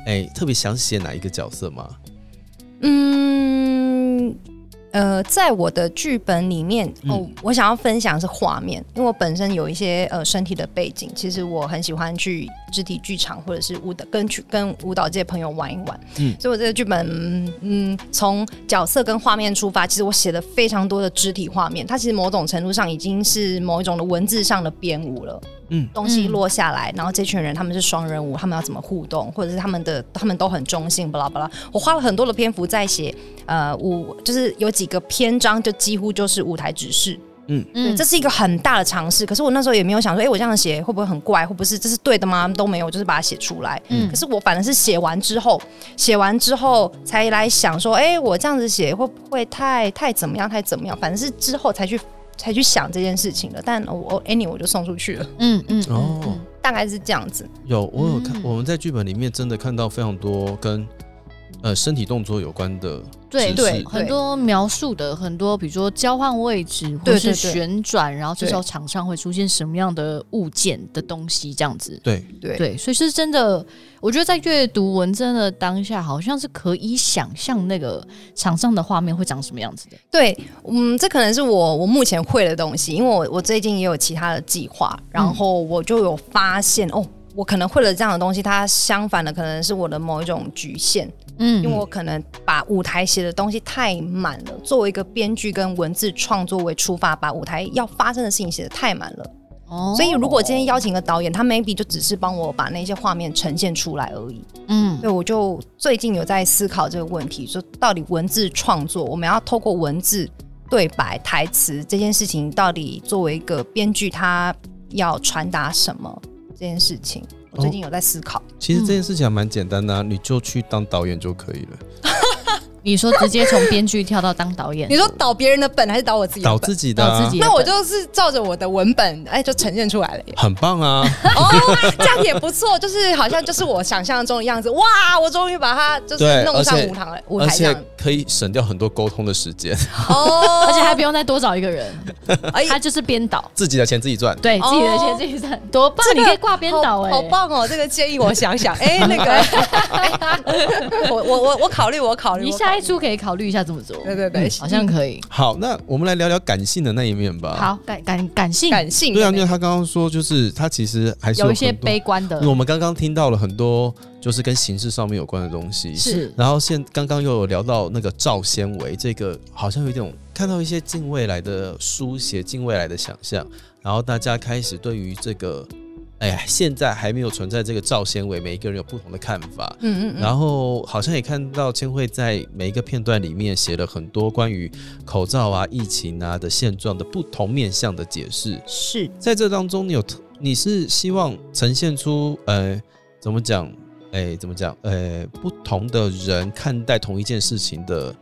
S1: 哎、特别想写哪一个角色吗？
S4: 嗯，呃，在我的剧本里面，哦，
S1: 嗯
S4: 我想要分享是画面，因为我本身有一些呃身体的背景，其实我很喜欢去肢体剧场或者是舞蹈跟去跟舞蹈界朋友玩一玩，
S1: 嗯
S4: 所以我这个剧本，嗯嗯，从角色跟画面出发，其实我写了非常多的肢体画面，它其实某种程度上已经是某一种的文字上的编舞了。
S1: 嗯
S4: 东西落下来，然后这群人他们是双人舞，他们要怎么互动，或者是他们的他们都很中性，巴拉巴拉。我花了很多的篇幅在写，呃，舞就是有几个篇章就几乎就是舞台指示，对，
S3: 嗯
S4: 这是一个很大的尝试。可是我那时候也没有想说，哎、我这样写会不会很怪，会不会是这是对的吗？都没有，我就是把它写出来。
S3: 嗯
S4: 可是我反而是写完之后，写完之后才来想说，哎、我这样子写会不会太太怎么样，太怎么样？反正是之后才去才去想这件事情的。但我我 any 我就送出去了，
S3: 嗯嗯
S1: 哦
S3: 嗯
S4: 大概是这样子。
S1: 有，我有看，
S3: 嗯
S1: 我们在剧本里面真的看到非常多跟呃身体动作有关的
S3: 对
S1: 指示
S4: 对
S3: 很多描述的很多，比如说交换位置或
S4: 对
S3: 是
S4: 对对
S3: 旋转，然后这
S4: 对
S3: 时候场上会出现什么样的物件的东西这样子。
S1: 对，
S4: 对
S3: 对，所以是真的，我觉得在阅读文字的当下，好像是可以想象那个场上的画面会长什么样子的。
S4: 对，嗯，这可能是我我目前会的东西，因为我我最近也有其他的计划，然后我就有发现、哦。我可能会了这样的东西，它相反的可能是我的某一种局限，
S3: 嗯
S4: 因为我可能把舞台写的东西太满了。作为一个编剧跟文字创作为出发，把舞台要发生的事情写的太满了。
S3: 哦
S4: 所以如果今天邀请一个导演，他 maybe 就只是帮我把那些画面呈现出来而已。
S3: 嗯
S4: 对，我就最近有在思考这个问题，说到底文字创作，我们要透过文字、对白、台词这件事情，到底作为一个编剧，他要传达什么这件事情，我最
S1: 哦
S4: 近有在思考。
S1: 其实这件事情还蛮简单的、啊，你就去当导演就可以了，
S3: 你说直接从编剧跳到当导演，
S4: 你说导别人的本还是导我自己
S1: 导
S4: 的本？
S1: 自己的、啊，
S3: 到自己的
S4: 那我
S3: 本
S4: 就是照着我的文本，哎，就呈现出来了 耶。
S1: 很棒啊，
S4: 哦，这样也不错，就是好像就是我想象中的样子。哇，我终于把它就
S1: 对
S4: 是弄上
S1: 而且
S4: 舞台了，舞
S1: 而
S4: 台
S1: 且
S4: 上
S1: 可以省掉很多沟通的时间，
S4: 哦，
S3: 而且还不用再多找一个人，
S4: 哎
S3: 他就是编导，
S1: 自己的钱自己赚。
S3: 对
S4: 哦
S3: 自己的钱自己赚，多棒！
S4: 这个
S3: 你可以挂编导哎，
S4: 好好棒哦！这个建议我想想，哎、那个，哎我我我我考虑，我考虑，
S3: 你
S4: 我
S3: 下一出可以考虑一下这么做。嗯
S4: 对对对，
S3: 好像可以。
S1: 好，那我们来聊聊感性的那一面吧。，
S3: 好，感感感性，
S4: 感性
S1: 对啊，
S4: 的
S1: 因为
S4: 那
S1: 他刚刚说，就是他其实还是
S3: 有一
S1: 很
S3: 些
S1: 多
S3: 悲观的
S1: 因为，我们刚刚听到了很多就是跟形式上面有关的东西，
S3: 是
S1: 然后现刚刚又有聊到那个赵纤维，这个好像有一种看到一些近未来的书写、近未来的想象，然后大家开始对于这个，哎呀，现在还没有存在这个赵纤维，每一个人有不同的看法。
S4: 嗯嗯嗯，
S1: 然后好像也看到千惠在每一个片段里面写了很多关于口罩啊、疫情啊的现状的不同面向的解释。
S3: 是
S1: 在这当中，你有特你是希望呈现出呃，怎么讲？哎、怎么讲？呃，不同的人看待同一件事情的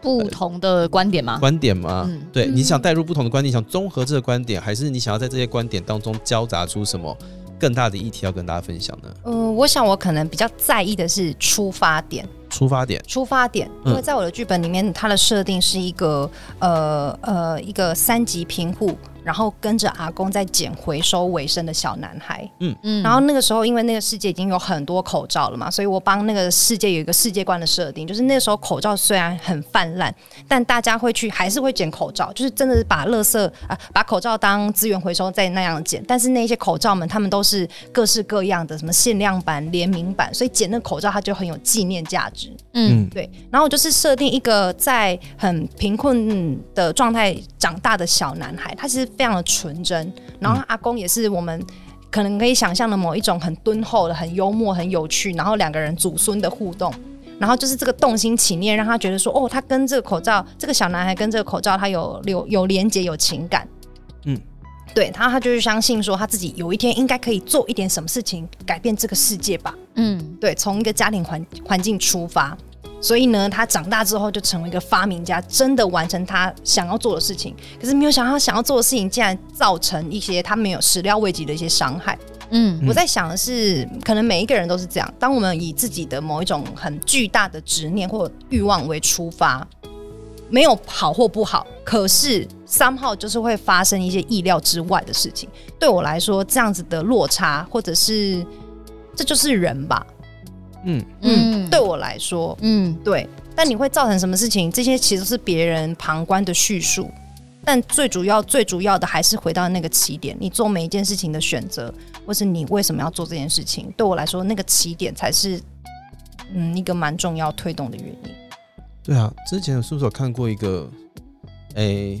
S3: 不同的观点吗？
S1: 观点吗？
S3: 嗯
S1: 对，
S4: 嗯
S1: 你想带入不同的观点，想综合这个观点，还是你想要在这些观点当中交杂出什么更大的议题要跟大家分享呢？
S4: 嗯，我想我可能比较在意的是出发点，
S1: 出发点，
S4: 出发点，
S1: 嗯
S4: 因为在我的剧本里面，它的设定是一个呃呃一个三级贫户，然后跟着阿公在捡回收为生的小男孩。
S3: 嗯
S4: 然后那个时候，因为那个世界已经有很多口罩了嘛，所以我帮那个世界有一个世界观的设定，就是那时候口罩虽然很泛滥，但大家会去还是会捡口罩，就是真的是把垃圾啊、把口罩当资源回收再那样捡。但是那些口罩们，他们都是各式各样的，什么限量版、联名版，所以捡那口罩它就很有纪念价值。
S3: 嗯，
S4: 对，然后我就是设定一个在很贫困的状态长大的小男孩，他其实非常的纯真，然后他阿公也是我们。可能可以想象的某一种很敦厚的、很幽默、很有趣，然后两个人祖孙的互动，然后就是这个动心起念，让他觉得说，哦，他跟这个口罩，这个小男孩跟这个口罩，他有有有连接、有情感。
S1: 嗯，
S4: 对，他他就是相信说，他自己有一天应该可以做一点什么事情，改变这个世界吧。
S3: 嗯，
S4: 对，从一个家庭环环境出发，所以呢，他长大之后就成为一个发明家，真的完成他想要做的事情。可是没有想到，他想要做的事情竟然造成一些他没有始料未及的一些伤害。
S3: 嗯
S4: 我在想的是，可能每一个人都是这样。当我们以自己的某一种很巨大的执念或欲望为出发，没有好或不好，可是三号就是会发生一些意料之外的事情。对我来说，这样子的落差，或者是这就是人吧。
S1: 嗯，
S3: 嗯，
S4: 对，我来说，
S3: 嗯
S4: 对。但你会造成什么事情？这些其实是别人旁观的叙述，但最主要、最主要的还是回到那个起点。你做每一件事情的选择，或是你为什么要做这件事情，对我来说，那个起点才是嗯一个蛮重要推动的原因。
S1: 对啊，之前是不是有看过一个，哎、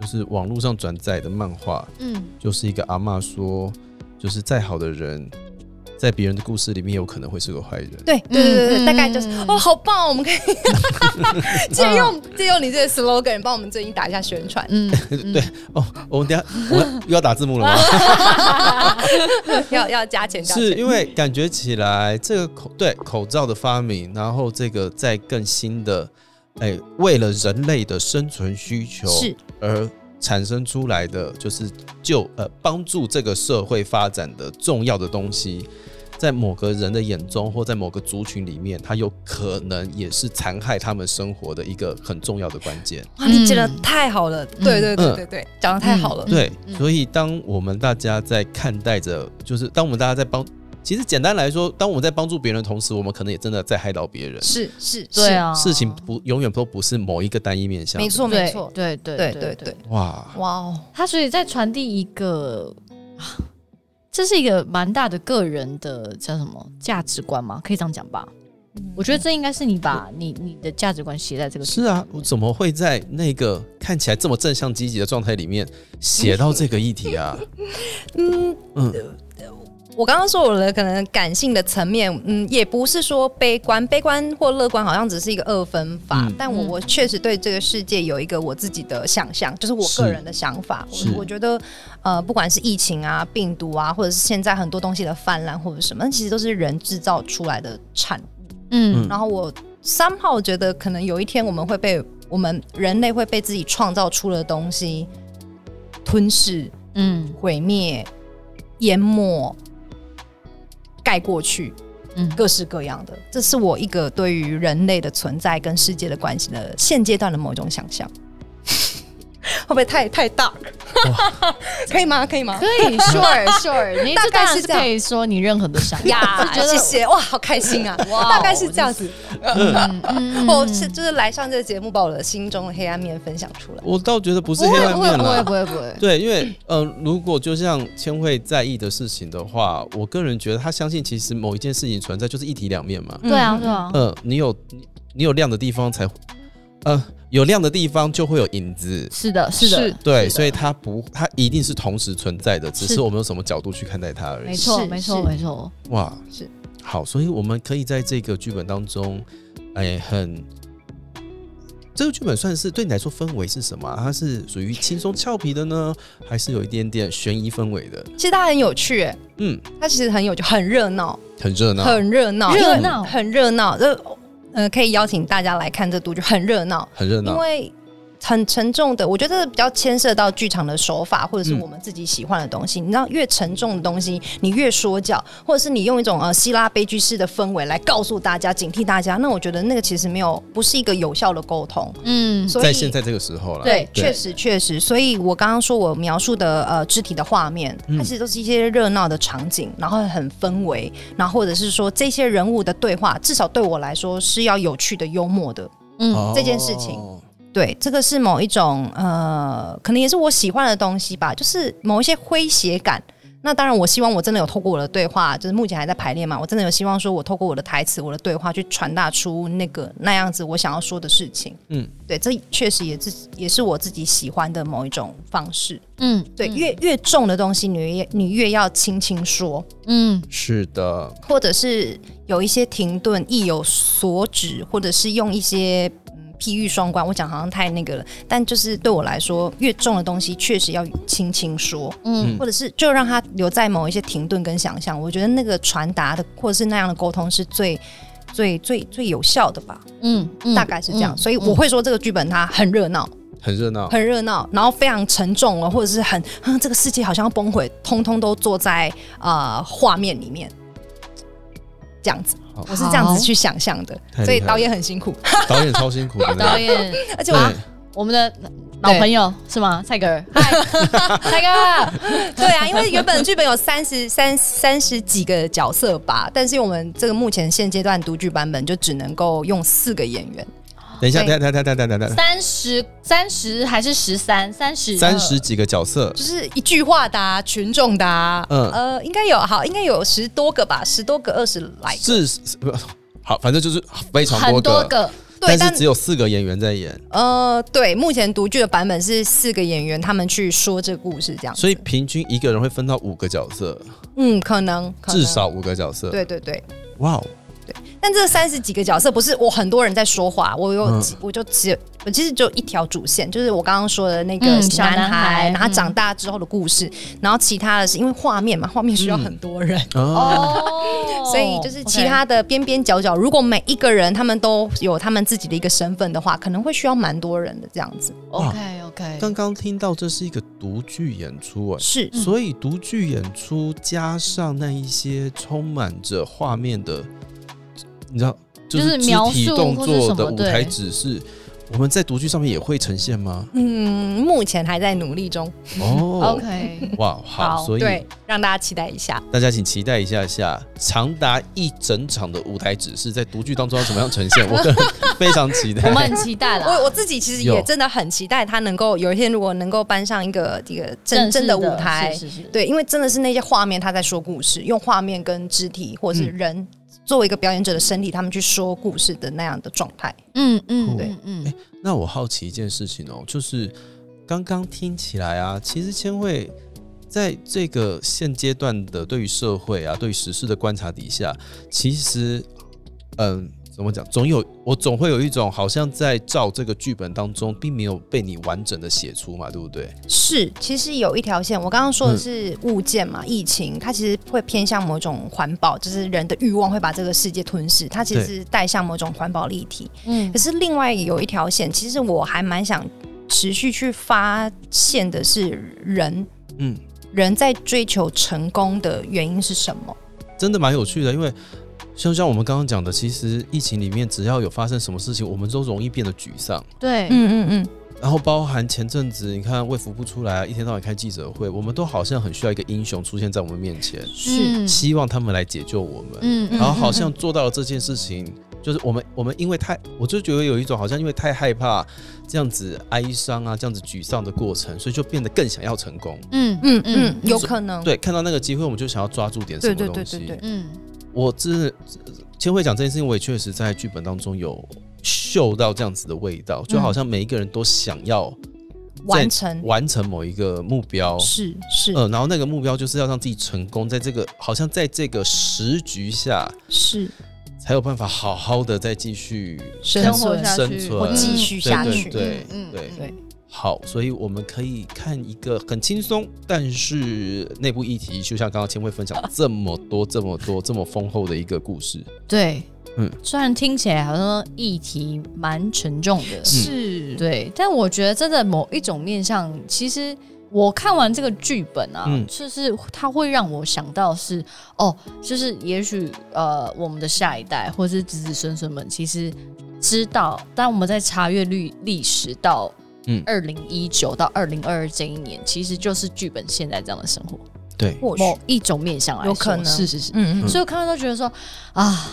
S1: 就是网络上转载的漫画，
S3: 嗯
S1: 就是一个阿嬷说，就是再好的人，在别人的故事里面有可能会是个坏人。
S4: 对对对
S3: 嗯
S4: 对，对大概就是
S3: 嗯
S4: 哦，好棒哦！我们 可以借用借用你这个 slogan，帮我们最近打一下宣传。
S3: 嗯，
S1: 对 哦，我们等一下我们又要打字幕了吗？
S4: 要要加钱，加钱
S1: 是因为感觉起来这个口对口罩的发明，然后这个在更新的，哎，为了人类的生存需求
S4: 是
S1: 而产生出来的，就是就呃帮助这个社会发展的重要的东西。在某个人的眼中，或在某个族群里面，它有可能也是残害他们生活的一个很重要的关键。
S4: 哇，你讲的
S3: 嗯
S4: 太好了，对对对
S1: 嗯
S4: 对对，讲的太好了。
S1: 对，
S3: 嗯
S1: 所以当我们大家在看待着，就是当我们大家在帮，其实简单来说，当我们在帮助别人的同时，我们可能也真的在害到别人。
S4: 是是，
S3: 对啊，
S1: 事情不永远都不是某一个单一面向的。
S4: 没错
S3: 对，
S4: 没错，
S3: 对对
S4: 对
S3: 对
S4: 对对。
S1: 哇，
S4: 哇哦，
S3: 他所以在传递一个， 啊这是一个蛮大的个人的叫什么价值观吗？可以这样讲吧？我觉得这应该是你把
S4: 嗯
S3: 你你的价值观写在这个
S1: 是啊，我怎么会在那个看起来这么正向积极的状态里面写到这个议题 啊？
S4: 嗯
S1: 嗯
S4: 我刚刚说我的可能感性的层面，嗯，也不是说悲观，悲观或乐观好像只是一个二分法，
S1: 嗯
S4: 但我
S3: 嗯
S4: 我确实对这个世界有一个我自己的想象，就是我
S1: 是
S4: 个人的想法。
S1: 是
S4: 我我觉得，呃，不管是疫情啊、病毒啊，或者是现在很多东西的泛滥或者什么，那其实都是人制造出来的产
S3: 嗯
S4: 然后我三号觉得，可能有一天我们会被我们人类会被自己创造出的东西吞噬、
S3: 嗯
S4: 毁灭、淹没、盖过去，
S3: 嗯
S4: 各式各样的。这是我一个对于人类的存在跟世界的关系的现阶段的某种想象。不 会太太 dark？可以 吗？可以吗
S3: 可？以 ，sure sure，你
S4: 大
S3: 这
S4: 概
S3: 当然
S4: 是
S3: 是
S4: 这样
S3: 可以说你任何的想法，
S4: 呀，
S3: 就觉得
S4: 谢谢哇，好开心啊！
S3: 哇
S4: 大概是这样子，
S3: 嗯嗯
S4: 我是就是来上这个节目，把我的心中的黑暗面分享出来。
S1: 我倒觉得不是
S3: 不
S1: 黑
S3: 会
S1: 暗
S3: 不会
S1: 面
S3: 不会
S1: 啦
S3: 不。会不会，
S1: 对，因为呃，如果就像千惠在意的事情的话，我个人觉得他相信其实某一件事情存在就是一体两面嘛。
S3: 对
S4: 嗯
S3: 啊对啊，
S1: 呃，你有你你有亮的地方才，呃，有亮的地方就会有影子。
S3: 是的是的
S4: 是，
S1: 对，
S3: 是的
S1: 所以它不，它一定是同时存在的，只
S3: 是
S1: 是我们用什么角度去看待它而
S3: 没
S1: 已。
S3: 错
S4: 是
S3: 没错
S4: 是
S3: 没错，
S1: 哇，
S4: 是
S1: 好，所以我们可以在这个剧本当中，哎，很这个剧本算是对你来说氛围是什么啊、它是属于轻松俏皮的呢，还是有一点点悬疑氛围的？
S4: 其实它很有趣、欸，
S1: 嗯，
S4: 它其实很有趣，很热闹，
S1: 很热闹，
S4: 很热闹，
S3: 热
S4: 因为
S3: 闹
S4: 很热闹。就呃，可以邀请大家来看这部剧，很热闹，
S1: 很热
S4: 因
S1: 闹。
S4: 为很沉重的，我觉得比较牵涉到剧场的手法，或者是
S1: 嗯
S4: 我们自己喜欢的东西。你知道，越沉重的东西，你越说教，或者是你用一种呃希腊悲剧式的氛围来告诉大家、警惕大家，那我觉得那个其实没有不是一个有效的沟通。
S3: 嗯
S4: 所以
S1: 在现在这个时候了，
S4: 对，
S1: 对
S4: 确实确实，所以我刚刚说我描述的呃肢体的画面，
S1: 嗯
S4: 它其实都是一些热闹的场景，然后很氛围，然后或者是说这些人物的对话，至少对我来说是要有趣的、幽默的。
S3: 嗯
S1: 哦
S4: 这件事情对，这个是某一种呃，可能也是我喜欢的东西吧，就是某一些诙谐感。那当然，我希望我真的有透过我的对话，就是目前还在排练嘛，我真的有希望说，我透过我的台词、我的对话去传达出那个那样子我想要说的事情。
S1: 嗯，
S4: 对，这确实也自也是我自己喜欢的某一种方式。
S3: 嗯
S4: 对，越越重的东西，你越你越要轻轻说，
S3: 嗯
S1: 是的，
S4: 或者是有一些停顿，意有所指，或者是用一些嗯譬喻双关。我讲好像太那个了，但就是对我来说，越重的东西确实要轻轻说，
S3: 嗯
S4: 或者是就让它留在某一些停顿跟想象。我觉得那个传达的或者是那样的沟通是最。最最最有效的吧，
S3: 嗯嗯
S4: 大概是这样，
S3: 嗯
S4: 所以我会说这个剧本它很热闹，
S1: 很热闹。
S4: 很热闹，然后非常沉重哦，或者是很，啊这个世界好像要崩毁，通通都坐在呃画面里面，这样子，
S1: 好
S4: 我是这样子去想象的，
S1: 太厉害了
S4: 所以导演很辛苦，
S1: 导演超辛苦的
S3: 导
S1: 呢，
S3: 演，
S4: 而且
S1: 对
S4: 我，
S3: 我们的老朋友是吗？蔡格尔， 蔡格尔，
S4: 对啊，因为原本剧本有三十三三十几个角色吧，但是我们这个目前现阶段独剧版本就只能够用四个演员，
S1: 等一下，
S4: 对
S1: 等一下，等一下，等一下，等一下，
S3: 三十三十还是十三？三十
S1: 三十几个角色，
S4: 就是一句话的、啊、群众的、啊，
S1: 嗯
S4: 呃，应该有好，应该有十多个吧，十多个二十来个，
S1: 是是 不好，反正就是非常
S3: 很
S1: 个，
S3: 多个，
S4: 对，
S1: 但是只有四个演员在演，
S4: 呃，对，目前独剧的版本是四个演员他们去说这个故事这样子，
S1: 所以平均一个人会分到五个角色，
S4: 嗯，可能可能
S1: 至少五个角色。，
S4: 对对对。
S1: 哇哦，
S4: 但这三十几个角色不是我很多人在说话，我有、
S1: 嗯
S4: 我就只有我其实只有一条主线，就是我刚刚说的那个
S3: 嗯小
S4: 男
S3: 男孩
S4: 然后他
S3: 嗯
S4: 长大之后的故事，然后其他的是因为画面嘛，画面需要
S1: 嗯
S4: 很多人，
S1: 哦，
S3: 哦
S4: 所以就是其他的边边角角，如果每一个人他们都有他们自己的一个身份的话，可能会需要蛮多人的这样子。
S3: OK OK，
S1: 刚刚听到这是一个独剧演出哎、
S4: 是，
S3: 嗯
S1: 所以独剧演出加上那一些充满着画面的，你知道，
S3: 就是
S1: 肢
S3: 描
S1: 体
S3: 述
S1: 动
S3: 或是
S1: 作
S3: 什
S1: 的
S3: 么
S1: 舞台
S3: 对
S1: 指示，我们在独剧上面也会呈现吗？
S4: 嗯，目前还在努力中。
S1: 哦，
S3: OK，
S1: 哇，好，所以
S4: 对，让大家期待一下。
S1: 大家请期待一下下长达一整场的舞台指示在独剧当中要怎么样呈现，我 个人非常期
S3: 我
S1: 待。
S3: 们很期待
S4: 我
S3: 啦。
S4: 我自己其实
S1: 有
S4: 也真的很期待他能够有一天，如果能够搬上一个这个真
S3: 正式
S4: 真的舞台，
S3: 是是是，
S4: 对，因为真的是那些画面他在说故事，用画面跟肢体或
S3: 嗯
S4: 是人、作为一个表演者的身体，他们去说故事的那样的状态。
S3: 嗯嗯
S1: 对
S3: 嗯嗯，
S1: 那我好奇一件事情哦，就是刚刚听起来啊，其实千惠在这个现阶段的对于社会啊、对于时事的观察底下，其实，嗯，怎么讲，总有我总会有一种好像在照这个剧本当中，并没有被你完整的写出嘛，对不对？
S4: 是，其实有一条线，我刚刚说的是物件嘛，疫情，它其实会偏向某种环保，就是人的欲望会把这个世界吞噬，它其实
S1: 对
S4: 是带向某种环保立体。
S3: 嗯
S4: 可是另外有一条线，其实我还蛮想持续去发现的是人。
S1: 嗯，
S4: 人在追求成功的原因是什么？
S1: 真的蛮有趣的，因为就像我们刚刚讲的，其实疫情里面只要有发生什么事情，我们都容易变得沮丧。
S5: 对，
S4: 嗯嗯嗯，
S1: 然后包含前阵子，你看卫福部出来一天到晚开记者会，我们都好像很需要一个英雄出现在我们面前，
S3: 嗯
S4: 嗯
S5: 是，
S1: 希望他们来解救我们。
S5: 嗯
S1: 然后好像做到了这件事情，就是我们我们因为太，我就觉得有一种好像因为太害怕这样子哀伤啊，这样子沮丧的过程，所以就变得更想要成功。
S5: 嗯
S4: 嗯
S5: 嗯
S4: 嗯，有可能，
S1: 对，看到那个机会，我们就想要抓住点什么
S4: 对对
S1: 东
S4: 对对
S1: 西
S4: 对。
S5: 嗯
S1: 我这千惠讲这件事情，我也确实在剧本当中有嗅到这样子的味道，就好像每一个人都想要
S4: 完成
S1: 完成某一个目标，
S5: 是
S4: 是
S1: 嗯，然后那个目标就是要让自己成功，在这个好像在这个时局下，
S5: 是，
S1: 才有办法好好的再继续
S4: 生
S1: 生
S4: 活
S5: 下去
S1: 存
S4: 或继续下
S1: 对
S4: 去
S1: 对
S5: 嗯嗯
S1: 对
S4: 对
S1: 对。好，所以我们可以看一个很轻松，但是内部议题，就像刚刚千惠分享这么多、这么多、这么丰厚的一个故事，
S5: 对，
S1: 嗯，
S3: 虽然听起来好像议题蛮沉重的，
S5: 是，
S3: 对，但我觉得真的某一种面向，其实我看完这个剧本啊，
S1: 嗯
S3: 就是它会让我想到是哦，就是也许呃，我们的下一代或是子子孙孙们，其实知道，当我们在查阅历历史到
S1: 嗯
S3: 二零一九到二零二二这一年，其实就是剧本现在这样的生活，
S1: 对，
S4: 或许，
S3: 某一种面向来说，
S4: 有可能
S3: 是是是，
S4: 嗯嗯
S3: 所以我看到都觉得说啊，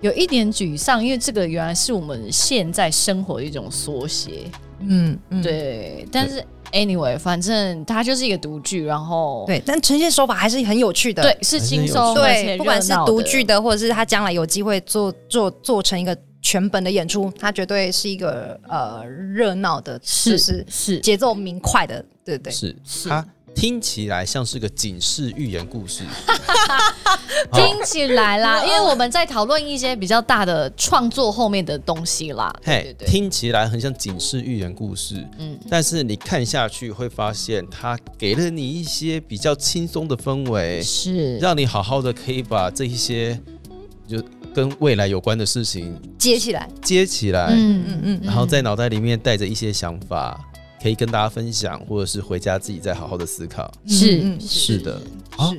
S3: 有一点沮丧，因为这个原来是我们现在生活的一种缩写。
S4: 嗯嗯，
S3: 对，但是 anyway，反正它就是一个独剧，然后
S4: 对，但呈现手法还是很有趣的，
S3: 对是轻松，
S1: 还
S3: 而且热
S4: 对，不管是
S3: 闹的
S4: 独剧的，或者是他将来有机会做做做成一个全本的演出，他绝对是一个呃热闹的，就是是
S3: 是
S4: 节奏明快的，对对。
S1: 是
S3: 是
S1: 它听起来像是个警示寓言故事，好
S3: 听起来啦，因为我们在讨论一些比较大的创作后面的东西啦。对
S1: 嘿
S3: 对，对，
S1: 听起来很像警示寓言故事，
S3: 嗯，
S1: 但是你看下去会发现，它给了你一些比较轻松的氛围，
S3: 是
S1: 让你好好的可以把这一些就跟未来有关的事情
S4: 接起来，
S1: 接起来，
S3: 嗯
S4: 嗯
S1: 然后在脑袋里面带着一些想法，可以跟大家分享，或者是回家自己再好好的思考。
S3: 是
S4: 嗯
S1: 是的，啊，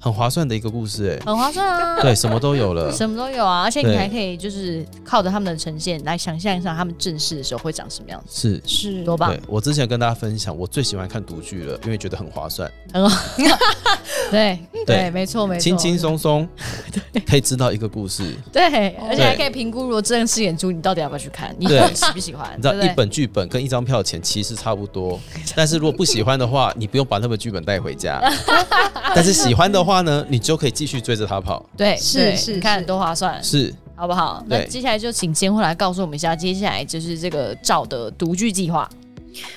S1: 很划算的一个故事、哎，
S3: 很划算啊。
S1: 对，什么都有 了。
S3: 什么都有啊，而且你
S1: 对
S3: 还可以就是靠着他们的呈现来想象一下他们正式的时候会长什么样子，
S1: 是，
S4: 是
S3: 多棒
S1: 对！我之前跟大家分享，我最喜欢看独剧了，因为觉得很划算，
S3: 对
S1: 对
S3: 没错没错，
S1: 轻轻松 松，可以知道一个故事。
S3: 对，而且
S1: 对
S3: 还可以评估如果正式演出，你到底要不要去看，你
S1: 对
S3: 喜不喜欢，
S1: 你知道
S3: 对
S1: 一
S3: 不对？
S1: 本剧本跟一张票的钱其实差不多，但是如果不喜欢的话，你不用把那本剧本带回家；但是喜欢的话呢，你就可以继续追着它跑。
S3: 对，
S4: 是
S3: 对
S4: 是
S3: 你看
S4: 是
S3: 多划算，
S1: 是，
S3: 好不好？那
S1: 对
S3: 接下来就请监会来告诉我们一下，接下来就是这个赵的独剧计划，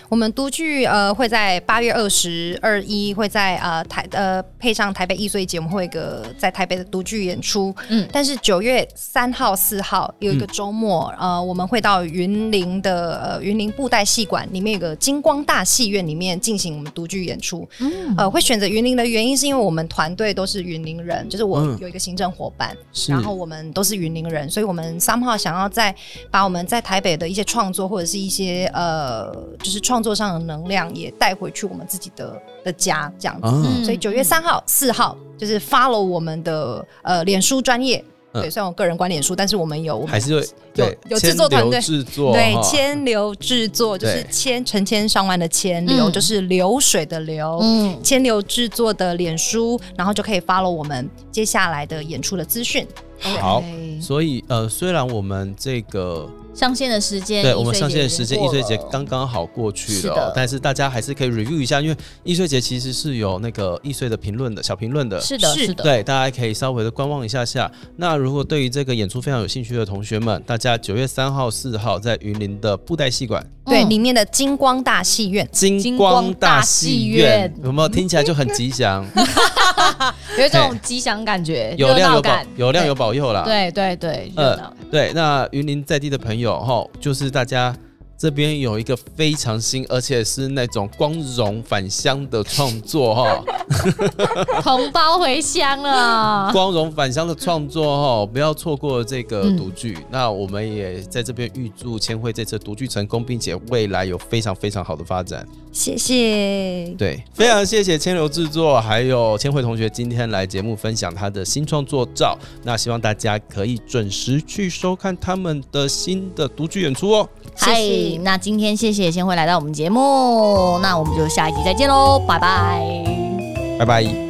S4: 我们独剧呃会在八月二十二一会在呃台呃配上台北艺穗节，我们会有一个在台北的独剧演出。
S3: 嗯
S4: 嗯，但是九月三号、四号有一个周末，呃，我们会到云林的呃云林布袋戏馆里面有个金光大戏院里面进行我们独剧演出。
S3: 嗯，
S4: 呃，会选择云林的原因是因为我们团队都是云林人，就是我
S1: 嗯
S4: 有一个行政伙伴，
S1: 是
S4: 然后我们都是云林人，所以我们三号想要在把我们在台北的一些创作或者是一些呃，就是创作上的能量也带回去我们自己的的家这样子。
S1: 啊，
S3: 嗯
S4: 所以九月三号、四号就是 follow 我们的呃脸书专业，
S1: 嗯
S4: 对，虽然我个人管脸书，但是我们有我
S1: 还
S4: 们
S1: 是会对
S4: 有制作
S1: 牵
S4: 团
S1: 流
S4: 队
S1: 制作
S4: 对
S1: 哈
S4: 千流制作，就是
S1: 对
S4: 千成千上万的千流，
S3: 嗯
S4: 就是流水的流，
S3: 嗯，
S4: 千流制作的脸书，然后就可以 follow 我们接下来的演出的资讯。
S1: 好
S3: OK
S1: 所以呃，虽然我们这个
S3: 上线的时间，
S1: 对
S3: 易
S1: 我们
S3: 碎
S1: 上
S3: 节
S1: 线
S3: 已
S1: 的
S3: 经
S1: 时间
S3: 过
S1: 易碎节
S3: 了
S1: 刚刚好过去
S3: 是
S1: 了哦、
S3: 的
S1: 但是大家还是可以 review 一下，因为易碎节其实是有那个易碎的评论的小评论的，
S3: 是的，
S4: 是
S3: 是的，
S1: 对，大家可以稍微的观望一下下。那如果对于这个演出非常有兴趣的同学们，大家九月三号、四号在云林的布袋戏馆
S4: 对，
S3: 嗯
S4: 里面的金光大戏院，
S1: 金
S3: 金
S1: 光
S3: 光
S1: 大
S3: 大
S1: 戏
S3: 戏
S1: 院
S3: 院，
S1: 有没有听起来就很吉 祥？
S3: 有一种
S1: 嘿
S3: 吉祥感觉，
S1: 有
S3: 热
S1: 量
S3: 闹
S1: 有保
S3: 感，，
S1: 有量有保佑啦。
S3: 对对对，热
S1: 呃
S3: 闹，
S1: 对，那云林在地的朋友哈，吼就是大家这边有一个非常新，而且是那种光荣返乡的创作哈，
S2: 同胞回乡
S3: 啊
S2: 了。
S1: 光荣返乡的创作哈，不要错过这个
S2: 嗯
S1: 独剧。那我们也在这边预祝千惠这次独剧成功，并且未来有非常非常好的发展。
S4: 谢谢。
S1: 对，非常谢谢千流制作，还有千惠同学今天来节目分享他的新创作照。那希望大家可以准时去收看他们的新的独剧演出哦。
S2: 嗨
S3: 谢谢，
S2: 那今天谢谢先会来到我们节目，那我们就下一集再见喽，拜拜。
S1: 拜拜。